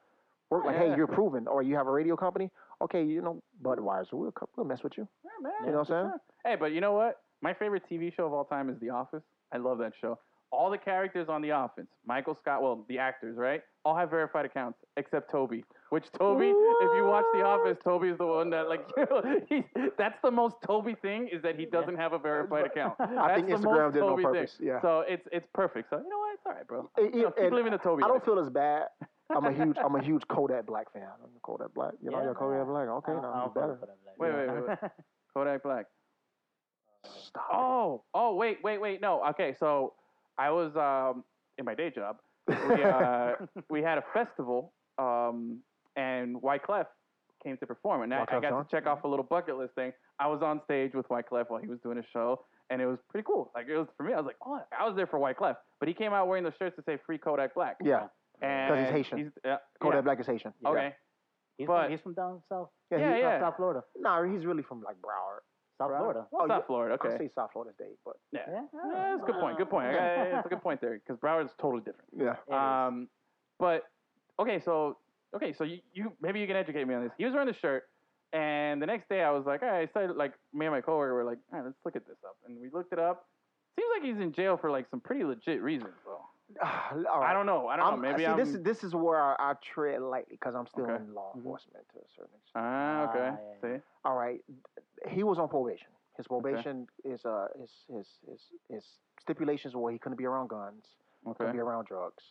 work. Like, Oh, hey, Yeah. you're proven, or you have a radio company. Okay, you know Budweiser, we'll, co- we'll mess with you. Yeah, man. You know what I'm for saying? sure. Hey, but you know what? My favorite TV show of all time is The Office. I love that show. All the characters on The Office, Michael Scott, well, the actors, right? All have verified accounts except Toby. Which Toby, if you watch The Office, Toby is the one that like he, that's the most Toby thing is that he doesn't have a verified account. I That's think the Instagram most did it on Toby purpose, Thing. yeah. So it's it's perfect. So you know what? It's all right, bro. It- You know, it- keep and living the Toby. I don't life. feel as bad. I'm a huge, I'm a huge Kodak Black fan. I'm a Kodak Black. You know, Yeah, you're Kodak man. Black. I Okay, don't- I now don't I'm fuck better. with them like Wait, wait, that. wait, Kodak Black. Stop. Oh, oh, wait, wait, wait. No, okay. So I was um, in my day job. We, uh, we had a festival, um, and Wyclef came to perform, and I, I Wyclef got Jean? Mm-hmm. to check off a little bucket list thing. I was on stage with Wyclef while he was doing a show, and it was pretty cool. Like it was for me. I was like, oh, I was there for Wyclef, but he came out wearing the shirts that say "Free Kodak Black." Yeah, and 'Cause he's Haitian. uh, Kodak yeah. Black is Haitian. Yeah. Okay. He's, But- from, he's from down south. Yeah, Yeah, he- uh, yeah. South, South Florida. Nah, he's really from like Broward. South Right. Florida. Oh, South yeah. Florida. I Okay. say South Florida State, but Yeah. Yeah. Yeah, that's a good point. Good point. Yeah. Okay, That's a good point there because Broward's totally different. yeah, It is. Um, but okay, so okay, so you, you maybe you can educate me on this. He was wearing the shirt, and the next day I was like, all right, I started like me and my coworker were like, all right, let's look at this up, and we looked it up. Seems like he's in jail for like some pretty legit reasons, though. All right. I don't know. I don't I'm- uh, know. Maybe see, I'm. this is this is where I, I tread lightly because I'm still Okay. Mm-hmm. in law Mhm. enforcement to a certain extent. Ah, okay. Ah, yeah, yeah. See. All right, he was on probation. His probation is uh his his his his stipulations were he couldn't be around guns, couldn't Okay. be around drugs.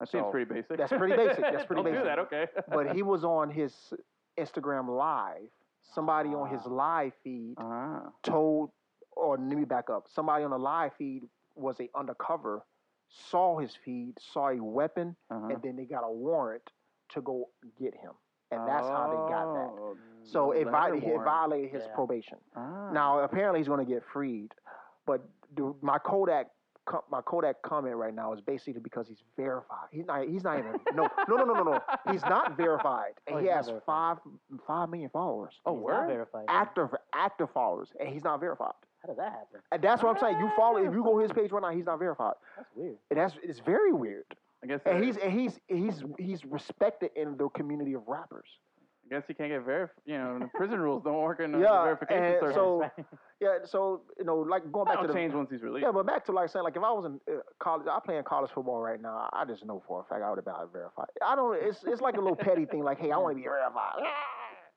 That seems so, pretty basic. that's pretty basic, that's pretty don't basic. do that. Okay. But he was on his Instagram live. Somebody on his Ah. live feed ah. told, or let me back up. Somebody on the live feed was a undercover, saw his feed, saw a weapon, Uh-huh. and then they got a warrant to go get him, and that's how they got that. Oh, So the it, letter vi- it warrant. violated his Yeah. probation. Ah. Now apparently he's going to get freed, but do, my Kodak co- my Kodak comment right now is basically because he's verified. He's not. He's not even. No, no, no, no, no, no. He's not verified, and Oh, he he's not has verified. five five million followers. Oh, He's not word? verified. Active active followers, and he's not verified. How did that happen? And that's what I'm saying. You follow if you go to his page right now, he's not verified. That's weird. And that's it's very weird. I guess. And it- he's and he's he's he's respected in the community of rappers. I guess you can't get verified. You know, the prison rules don't work in the Yeah, verification and service. so- That's right. Yeah, so you know, like going back That'll to the change once he's released. yeah, but back to like saying like if I was in uh, college, I play in college football right now. I just know for a fact I would have been verified. I don't. It's it's like a little petty thing. Like hey, I want to be verified.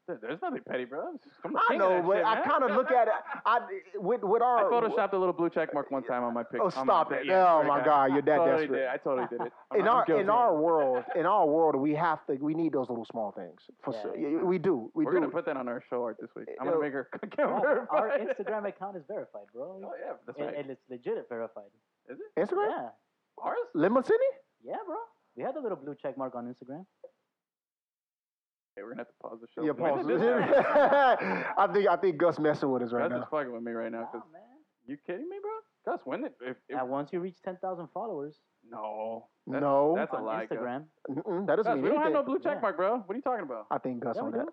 Dude, There's nothing petty, bro. Come I king of know, that but shit, I man. kind of look at it. I with with I our photoshopped a little blue check mark one time on my picture. Oh, stop it! oh my God, you're that I totally desperate. did. I totally did it. I'm- in I'm our in guilty. our world, in our world, we have to we need those little small things. For Yeah. sure. Y- we do, we we're do. Oh, gonna put that on our show art this week. I'm gonna Yo. make her get Wow, verified. Our Instagram account is verified, Oh bro. yeah, that's and, right. and it's legit verified. Is it Instagram, Yeah. ours? Lima City. Yeah, bro. We had a little blue check mark on Instagram. Okay, we're gonna have to pause the show. Yeah, When pause. did this happen? I think I think Gus messing with us right Gus is now. fucking with me right now. Nah, Cause man. you kidding me, bro? Gus, when did? If, if, And once you reach 10,000 followers no, that's, No, that's a on lie. Gus. Instagram, Mm-mm, that doesn't Gus, mean we don't have anything. no blue check Yeah. mark, bro. What are you talking about? I think Gus Yeah, on we that. do.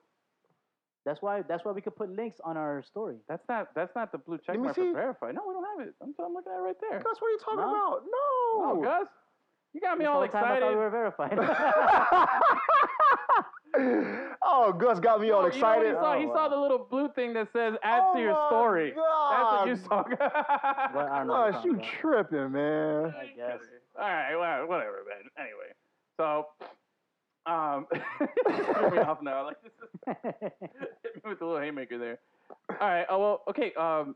that's why that's why we could put links on our story. That's not. That's not the blue check me mark see. for verified. No, we don't have it. I'm, I'm looking at it right there. Gus, what are you talking No? about? Oh, No. Gus, you got me This all whole time I excited. thought we were verified. oh, Gus got me No, you all know what excited. he saw? He Oh, saw the little blue thing that says "Add oh to your my story." God. That's what you saw. But I don't know what you're Gus, talking you about. tripping, man. I guess. All right, well, whatever, man. Anyway, So, um, threw me off now. Like this is hit me with a little haymaker there. All right. Oh well. Okay. Um.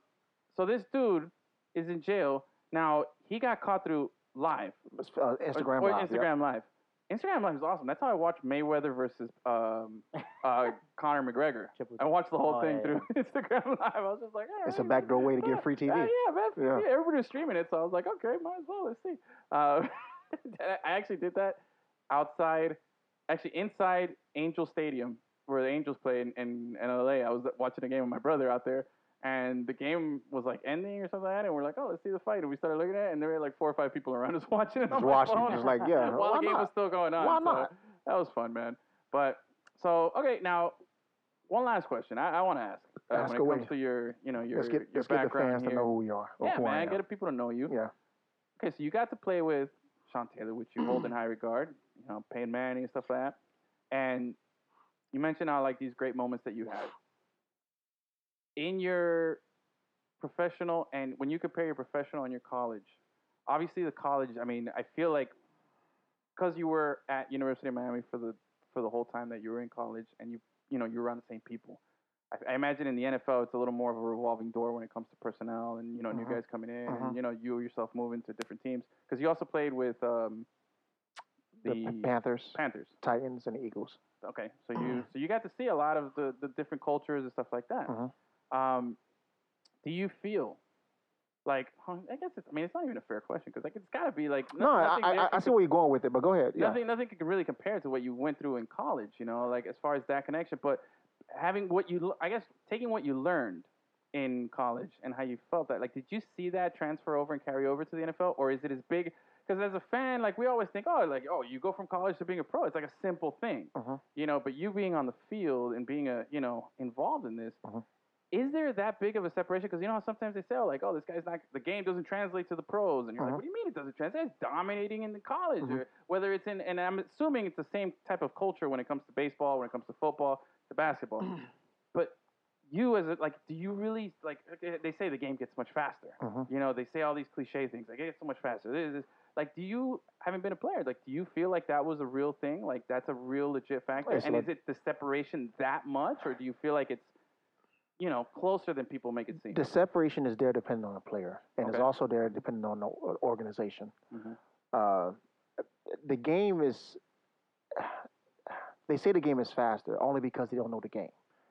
So this dude is in jail now. He got caught through live Uh, Instagram or, or Live. yep. Instagram Live. Instagram Live is awesome. That's how I watched Mayweather versus um, uh, Conor McGregor. Triple- I watched the whole Oh, thing yeah, through Instagram Live. I was just like, all right, It's a man. backdoor way to get free Yeah, TV. yeah, man. Yeah. Yeah, everybody was streaming it, so I was like, okay, might as well. Let's see. Uh, I actually did that outside, actually inside Angel Stadium where the Angels play in, in, in LA. I was watching a game with my brother out there, and the game was like ending or something like that, and we're like, oh, let's see the fight. And we started looking at it, and there were like four or five people around us watching it. on Just my watching, phone. just like while yeah. Uh-huh. why the game not? was still going on. Why so not? That was fun, man. But so okay, now one last question I, I want to ask uh, Ask when it away. comes to your, you know, your let's get your let's get the background fans here. to know who we are or Yeah, who I man, am. get people to know you. Yeah. Okay, so you got to play with Sean Taylor, which you hold in high regard, you know, Payne Manning and stuff like that. And you mentioned how like these great moments that you had in your professional and when you compare your professional and your college. Obviously, the college. I mean, I feel like because you were at University of Miami for the for the whole time that you were in college, and you you know you were around the same people. I, I imagine in the NFL, it's a little more of a revolving door when it comes to personnel and you know new Mhm. guys coming in, Mhm. and you know you yourself moving to different teams because you also played with um, The, the Panthers, Panthers. Titans, and Eagles. Okay, so you so you got to see a lot of the, the different cultures and stuff like that. Mhm. Um, do you feel like huh, I guess it's, I mean it's not even a fair question because like it's got to be like no, No, I, nothing, I, I- I nothing see where you're going with it, but go ahead. Yeah. nothing nothing could really compare to what you went through in college you know like as far as that connection but having what you l- i guess taking what you learned in college and how you felt that like did you see that transfer over and carry over to the nfl or is it as big because as a fan like we always think oh like oh you go from college to being a pro it's like a simple thing Mhm. you know but you being on the field and being a you know involved in this Mhm. Is there that big of a separation? Because you know how sometimes they say, oh, like, oh, this guy's not, the game doesn't translate to the pros. And you're like, Mhm. what do you mean it doesn't translate? It's dominating in the college. Mhm. Or whether it's in, and I'm assuming it's the same type of culture when it comes to baseball, when it comes to football, to basketball. but you as a, like, do you really, like, eh, they- they say the game gets much faster. Mhm. You know, they say all these cliche things, like, it gets so much faster. This, this. Like, do you, having been a player, like, do you feel like that was a real thing? Like, that's a real legit factor? It's and like- is it the separation that much? Or do you feel like it's, you know, closer than people make it seem? The separation is there depending on the player, and it's Okay. also there depending on the o- organization. Mhm. Uh, the game is. They say the game is faster only because they don't know the game.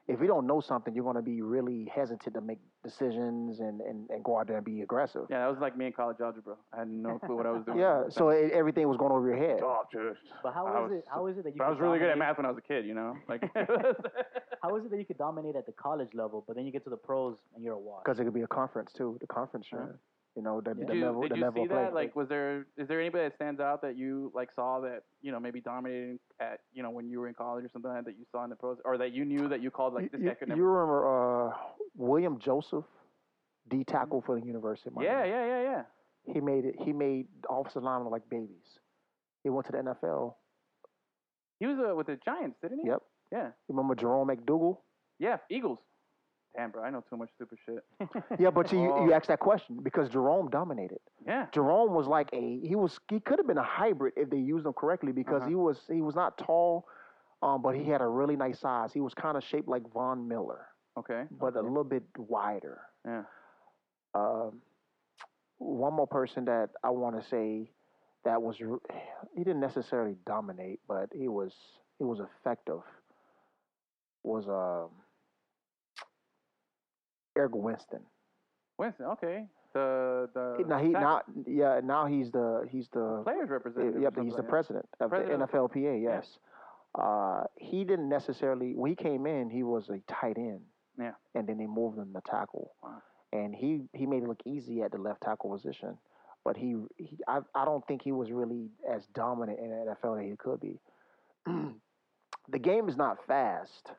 If you don't know something, you're going to be really hesitant to make decisions and, and, and go out there and be aggressive. Yeah, that was like me in college algebra. I had no clue what I was doing. Yeah, so it, everything was going over your head. Oh, dude. But how I is was it? How is it that you? But I could was really good at dominate- math when I was a kid, you know? Like, How is it that you could dominate at the college level, but then you get to the pros and you're a wash? Because it could be a conference too. The conference, Yeah. you're- you know, the, Did the did you, level, did the you level see of play. that? Like, was there, is there anybody that stands out that you, like, saw that, you know, maybe dominating at, you know, when you were in college or something like that you saw in the pros or that you knew that you called, like, this you, guy could you- never. you remember uh, William Joseph, D tackle for the University of Miami. Yeah, yeah, yeah, yeah. He made it. He made the offensive linemen like babies. He went to the NFL. He was uh, with the Giants, didn't he? Yep. Yeah. You remember Jerome McDougal? Yeah, Eagles. Damn, bro, I know too much stupid shit. Yeah, but you Oh. you asked that question because Jerome dominated. Yeah. Jerome was like a he was he could have been a hybrid if they used him correctly because Uh-huh. he was he was not tall, um, but he had a really nice size. He was kind of shaped like Von Miller, Okay. but a little bit wider. Yeah. Um, one more person that I want to say that was r- he didn't necessarily dominate, but he was he was effective. Was um, Eric Winston. Winston, okay. The, the. now he tackle. now yeah now he's the he's the Players representative. or yep something he's the like that. president of President the of- NFLPA. Yes, uh, he didn't necessarily when he came in he was a tight end. Yeah. and then they moved him to tackle. Wow. And he, he made it look easy at the left tackle position, but he, he I, I don't think he was really as dominant in the NFL that he could be. the game is not fast;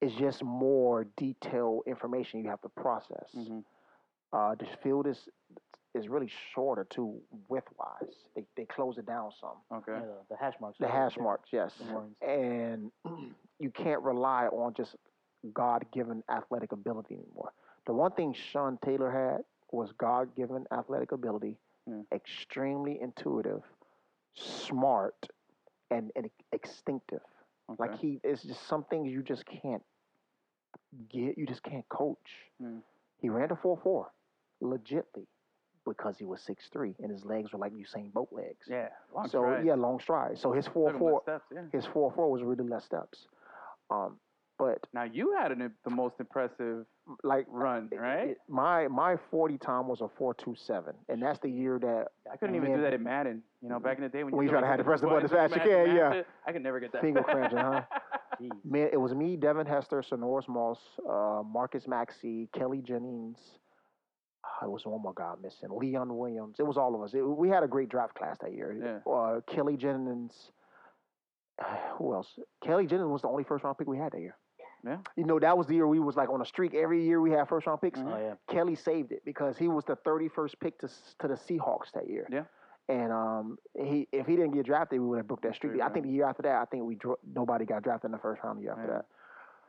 it's just more detailed information you have to process. Mhm. Uh, the field is is really shorter too, width wise. They they close it down some. Okay. Yeah, the- the hash marks. The are really hash big. marks, yes, The horns. and you can't rely on just God given athletic ability anymore. The one thing Sean Taylor had was God given athletic ability, Yeah. extremely intuitive, smart, and, and extinctive. Like he, it's just some things you just can't get. You just can't coach. Hmm. Mm. He ran the four four, legitly, because he was six three and his legs were like Usain Bolt legs. yeah, long so stride. yeah, long stride. So his four Talking about four, steps, yeah. his four four was really less steps. Um, but Now you had an, the most impressive like run, right? it- my my forty time was a four two seven, and that's the year that I couldn't even man. do that in Madden. You know, back in the day when When you you try to have to press the button as fast as you can, yeah. I could never get that. Finger cramps, huh? Jeez. Man, it was me, Devin Hester, Sonoris Moss, uh, Marcus Maxey, Kelly Jennings. I was one more guy missing. Leon Williams. It was all of us. It, we had a great draft class that year. Uh, Kelly Jennings. Who else? Kelly Jennings was the only first round pick we had that year. Yeah. You know that was the year we was like on a streak. Every year we had first round picks. Oh yeah. Kelly saved it because he was the 31st pick to to the Seahawks that year. Yeah. And um, he if he didn't get drafted, we would have broke that streak. Streak, I think the year after that, I think we dro- nobody got drafted in the first round. The year after Yeah. that,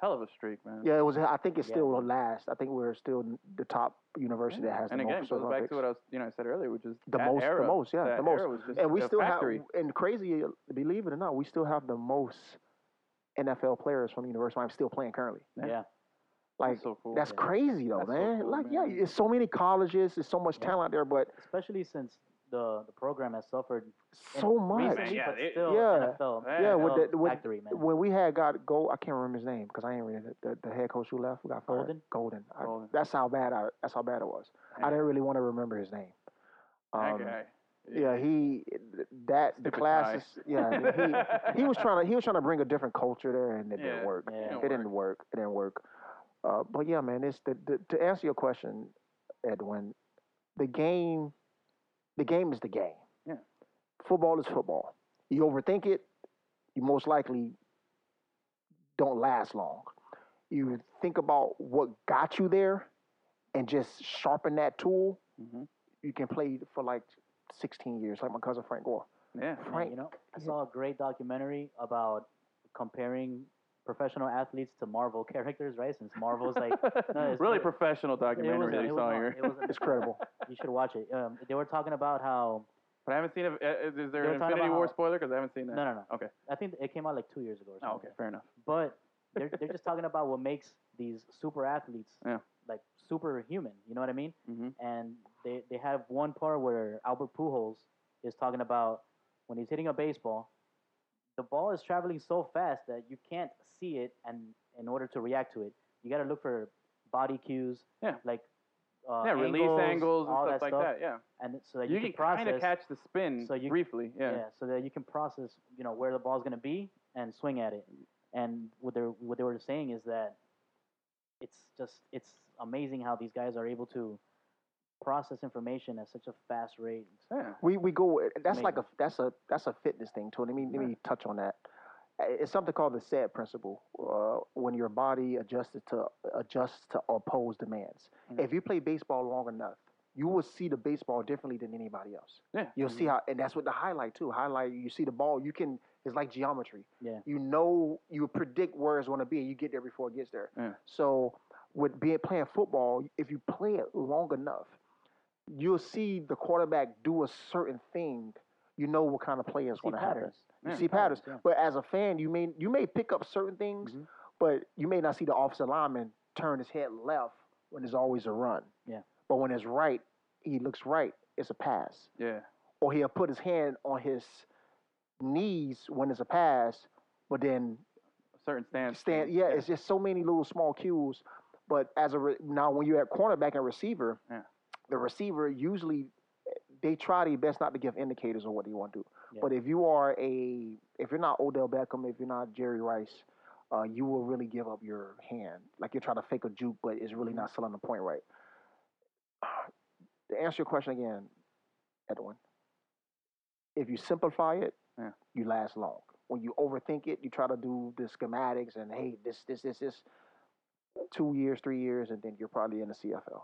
Hell of a streak, man. yeah, it was. I think it's Yeah. still the last. I think we're still n- the top university that has and the again, most goes first-round back picks. to what I was, you know, I said earlier, which is The that most- the era, most, yeah, that the most. era was just and we a still factory. have. And crazy, believe it or not, we still have the most NFL players from the University. I'm still playing currently. Yeah. Yeah. Like That's so cool. that's yeah. crazy though, That's so man. cool, like man. yeah, it's so many colleges. There's so much Yeah. talent there, but Especially since the the program has suffered so much. recently, yeah, but it- still yeah. NFL, Yeah, with NFL the- with- factory, man. When we had got go, I can't remember his name because I ain't really the, the, the head coach who left. We got fired. Golden? Golden. I- Golden. That's how bad I. That's how bad it was. I Yeah. didn't really want to remember his name. that Um, guy. Yeah, he that the Stupid guy. classes. Yeah, he, he was trying to he was trying to bring a different culture there, and it didn't Yeah, work. yeah. It It didn't didn't work. It didn't work. Uh, but yeah, man, it's the, the to answer your question, Edwin. The game, the game is the game. Yeah. Football is football. You overthink it, you most likely don't last long. You think about what got you there, and just sharpen that tool. Mhm. You can play for like 16 years, like my cousin Frank Gore. Yeah. Yeah, Frank, You know, I Yeah. saw a great documentary about comparing professional athletes to Marvel characters, right? Since Marvel's like no, it's really good. professional it was, documentary a- that it you was, saw a- here. it was a- it's credible. you should watch it. Um, they were talking about how But I haven't seen it. uh, Is there were an talking Infinity about War how- spoiler? Because I haven't seen that. no, no, no. Okay. I think it came out like two years ago. Or something Oh, like okay. that. Fair enough. But they're they're just talking about what makes these super athletes Yeah. like superhuman. You know what I mean? Mhm. And they they have one part where Albert Pujols is talking about when he's hitting a baseball, the ball is traveling so fast that you can't see it, and in order to react to it, you got to look for body cues. Yeah. Like. Uh, yeah, release angles and all stuff that like stuff, that. Yeah. and so that you, you, can, process kind of catch the spin so you- briefly. Yeah. so that you can process, you know, where the ball's going to be and swing at it. And what they are what they were saying is that it's just it's amazing how these guys are able to process information at such a fast rate. Yeah. We we go. That's like a that's a that's a fitness thing too. Let me let me touch on that. Uh, It's something called the SAD principle. Uh, when your body adjusts to adjusts to oppose demands. Mhm. If you play baseball long enough, you will see the baseball differently than anybody else. Yeah. You'll see how, and that's what the highlight too. Highlight. You see the ball. You can. It's like geometry. Yeah. You know. You predict where it's going to be, and you get there before it gets there. Yeah. So with being playing football, if you play it long enough, you'll see the quarterback do a certain thing. You know what kind of play is See going to happen. patterns. You Yeah, see patterns. patterns, But as a fan, you may you may pick up certain things, Mhm. but you may not see the offensive lineman turn his head left when there's always a run. Yeah. But when it's right, he looks right. It's a pass Yeah. or he'll put his hand on his knees when it's a pass, but then Certain stance. stand. Yeah, it's just so many little small cues. But as a re- now, when you're at cornerback and receiver, Yeah. the receiver usually they try their best not to give indicators on what they want to do. Yeah. But if you are a if you're not Odell Beckham, if you're not Jerry Rice, uh, you will really give up your hand. Like you're trying to fake a juke, but it's really not selling the point right. To answer your question again, Edwin, if you simplify it, Yeah. you last long. When you overthink it, you try to do the schematics and hey, this, this, this, this, two years, three years, and then you're probably in the CFL.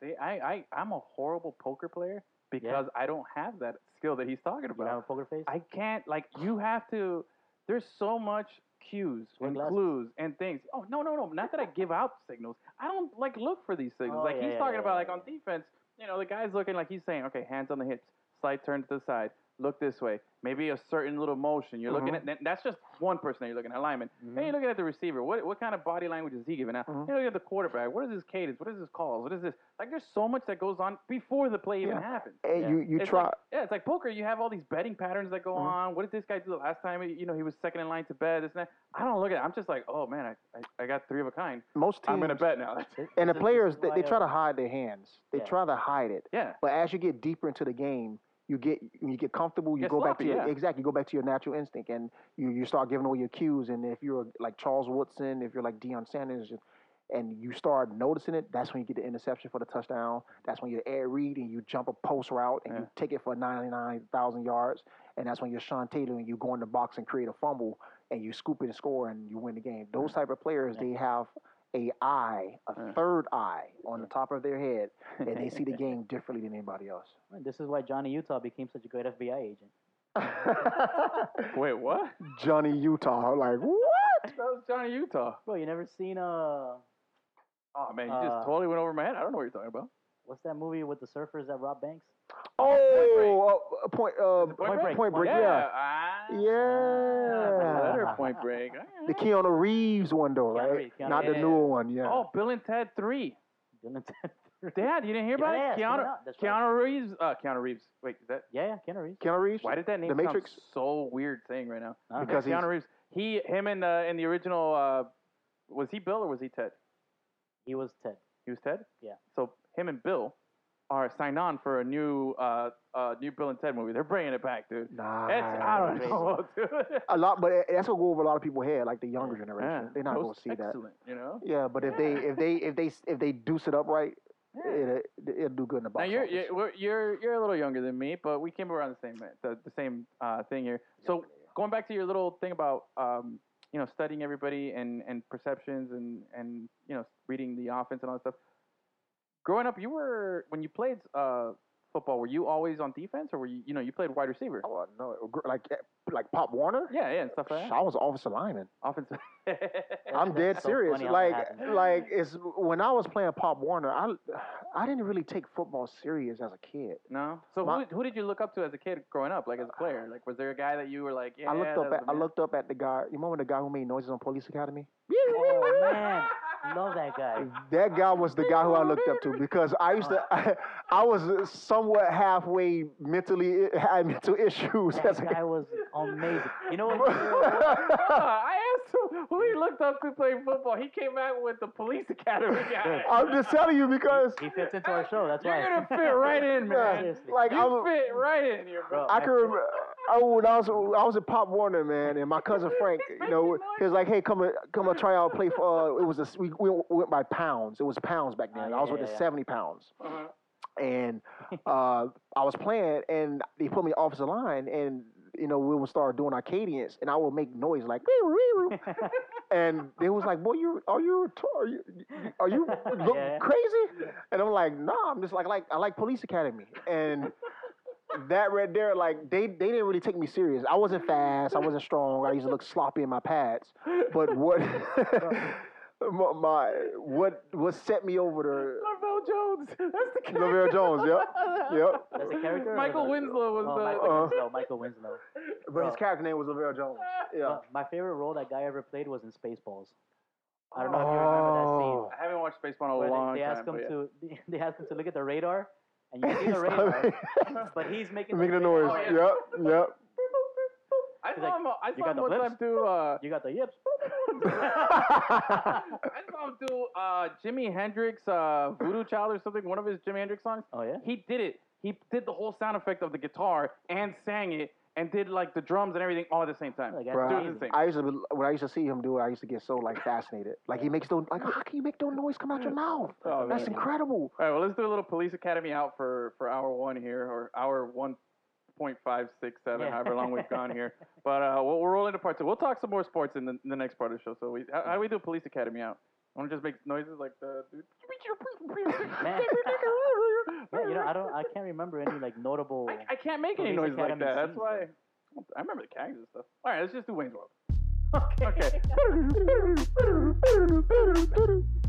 See, I, I, I'm a horrible poker player because I don't have that skill that he's talking You have a about. poker face. I can't, like, you have to, there's so much cues Wear and glasses. clues and things. Oh, no, no, no. Not that I give out signals. I don't, like, look for these signals. Oh, like, yeah, he's yeah, talking yeah, about, yeah, like, on yeah. defense, you know, the guy's looking like he's saying, okay, hands on the hips, slight turn to the side, look this way. Maybe a certain little motion. You're Mm-hmm. looking at that- that's just one person that you're looking at alignment. Then you're looking at the receiver. What what kind of body language is he giving out? Mm-hmm. You're looking at the quarterback. What is his cadence? What is his calls? What is this? Like there's so much that goes on before the play even Yeah. happens. Hey, you you It's try. like- yeah, it's like poker. You have all these betting patterns that go Mm-hmm. on. What did this guy do the last time? You know, he was second in line to bet. This and that. I don't look at it. I'm just like, oh man, I, I, I got three of a kind. most teams I'm gonna bet now. and the This is players they, why they I- try to hide their hands. They Yeah. try to hide it. yeah, But as you get deeper into the game, you get you get comfortable. You Get go back sloppy, to your yeah. exactly. You go back to your natural instinct, and you, you start giving away your cues. And if you're like Charles Woodson, if you're like Deion Sanders, and you start noticing it, that's when you get the interception for the touchdown. That's when you air read and you jump a post route and you take it for ninety nine thousand yards. And that's when you're Sean Taylor and you go in the box and create a fumble and you scoop it and score and you win the game. Those type of players, they have a eye, a third eye on the top of their head, and they see the game differently than anybody else. Right, This is why Johnny Utah became such a great FBI agent. Wait, what? Johnny Utah, I'm like what? that was Johnny Utah. Bro, you never seen uh, Oh man, you Uh, just totally went over my head. I don't know what you're talking about. what's that movie with the surfers that rob banks? Oh, uh, a point, uh, point, Point Break? point Point break, yeah, Ah, yeah. Letter Point Break. The Keanu Reeves one though, Keanu right? Reeves, Keanu Not the Reeves. newer one, yeah. Oh, Bill and Ted Three. Didn't it? Dad, you didn't hear about it? Yeah, it's coming Keanu, out, that's right. Keanu Reeves. Uh, Keanu Reeves. Wait, is that? yeah, yeah, Keanu Reeves. Keanu Reeves. Why did that name The sound Matrix? so weird saying right now? I don't know. Because he's- Keanu Reeves. He, him, and uh, in the original, uh, was he Bill or was he Ted? he was Ted. He was Ted. Yeah. So him and Bill are signed on for a new, uh, uh, new Bill and Ted movie. They're bringing it back, dude. Nah. It's, I don't know, dude. A lot, but it- that's what go over a lot of people's head, like the younger generation. Yeah. They're not Most gonna see that. excellent, You know. Yeah, but if they if they if they if they deuce it up right, it, it, it'll do good in the box Now you're office. you're, we're- you're you're a little younger than me, but we came around the same the, the same uh, thing here. So going back to your little thing about um, you know studying everybody and, and perceptions and, and you know reading the offense and all that stuff. Growing up, you were when you played uh, football, were you always on defense or were you you know you played wide receiver? Oh, no, gr- like like Pop Warner. Yeah, yeah, and stuff like Sh- that. I was an offensive lineman. Offensive. I'm That's dead so serious. funny how Like, that happens. like it's when I was playing Pop Warner, I, I didn't really take football serious as a kid. no. So My- who, who did you look up to as a kid growing up, like as a player? Like was there a guy that you were like? Yeah, I looked up at that's the I man." looked up at the guy. You remember the guy who made noises on Police Academy? Oh man, love that guy. That guy was the guy who I looked up to because I used to, I, was somewhat halfway mentally had mental issues That as a guy was amazing. You know what? kid. I asked him who he looked up to play football. He came out with the police academy guy. I'm just telling you because He fits into our show. That's why. You're gonna fit right in, man. Seriously. like You I was, fit right in here, bro. Bro, I can remember. I, when I was I was at Pop Warner, man, and my cousin Frank, you know, he was like, "Hey, come a, come a try out play for." Uh, it was a, we, we went by pounds. It was pounds back then. Ah, I was yeah, with yeah, the yeah. seventy pounds, Uh-huh. and uh, I was playing, and they put me off the line, and you know, we would start doing our cadence, and I would make noise like, "Wee, wee, wee." and they was like, "Boy, you are you retard- are you are you look Yeah. crazy?" And I'm like, "No, I'm just like like I like Police Academy." And that right there, like they they didn't really take me serious. I wasn't fast. I wasn't strong. I used to look sloppy in my pads. But what my, my what what set me over Lavelle Jones. That's the character. to Oh. Lavelle Jones? Yep, yep. That's a character. or Michael the- Winslow was Oh, the. Michael Uh-huh. Winslow. Michael Winslow. But his character name was Lavelle Jones. Yeah. But my favorite role that guy ever played was in Spaceballs. I don't know if you remember that scene. I haven't watched Baseball in Oh, a where long they, they time. ask him but yeah. to they ask him to look at the radar, and you see He the stopped radar, but he's making making a the noise. Oh, yeah. Yep, yep. I He's saw like, him. I "You got saw him the one blips?" time do. Uh, You got the yips. I saw him do uh, Jimi Hendrix uh, Voodoo Child or something. One of his Jimi Hendrix songs. Oh yeah. He did it. He did the whole sound effect of the guitar and sang it and did like the drums and everything all at the same time. Like, that's Bruh. Dude's amazing. insane. I used to be- when I used to see him do it, I used to get so like fascinated. Like he makes those like how can you make those noise come out your mouth? Oh, That's man. incredible. All right, well, let's do a little Police Academy out for, for hour one here, or hour 1.567, Yeah. however long we've gone here. But uh, we'll, we'll roll into part two. We'll talk some more sports in the, in the next part of the show. So, we, how, how do we do Police Academy out? I want to just make noises like the dude. Man. Man, you know, I don't, I can't remember any like notable. I, I can't make any Police noises like Academy that. That's scenes, why I remember the cags and stuff. All right, let's just do Wayne's World. okay. Okay.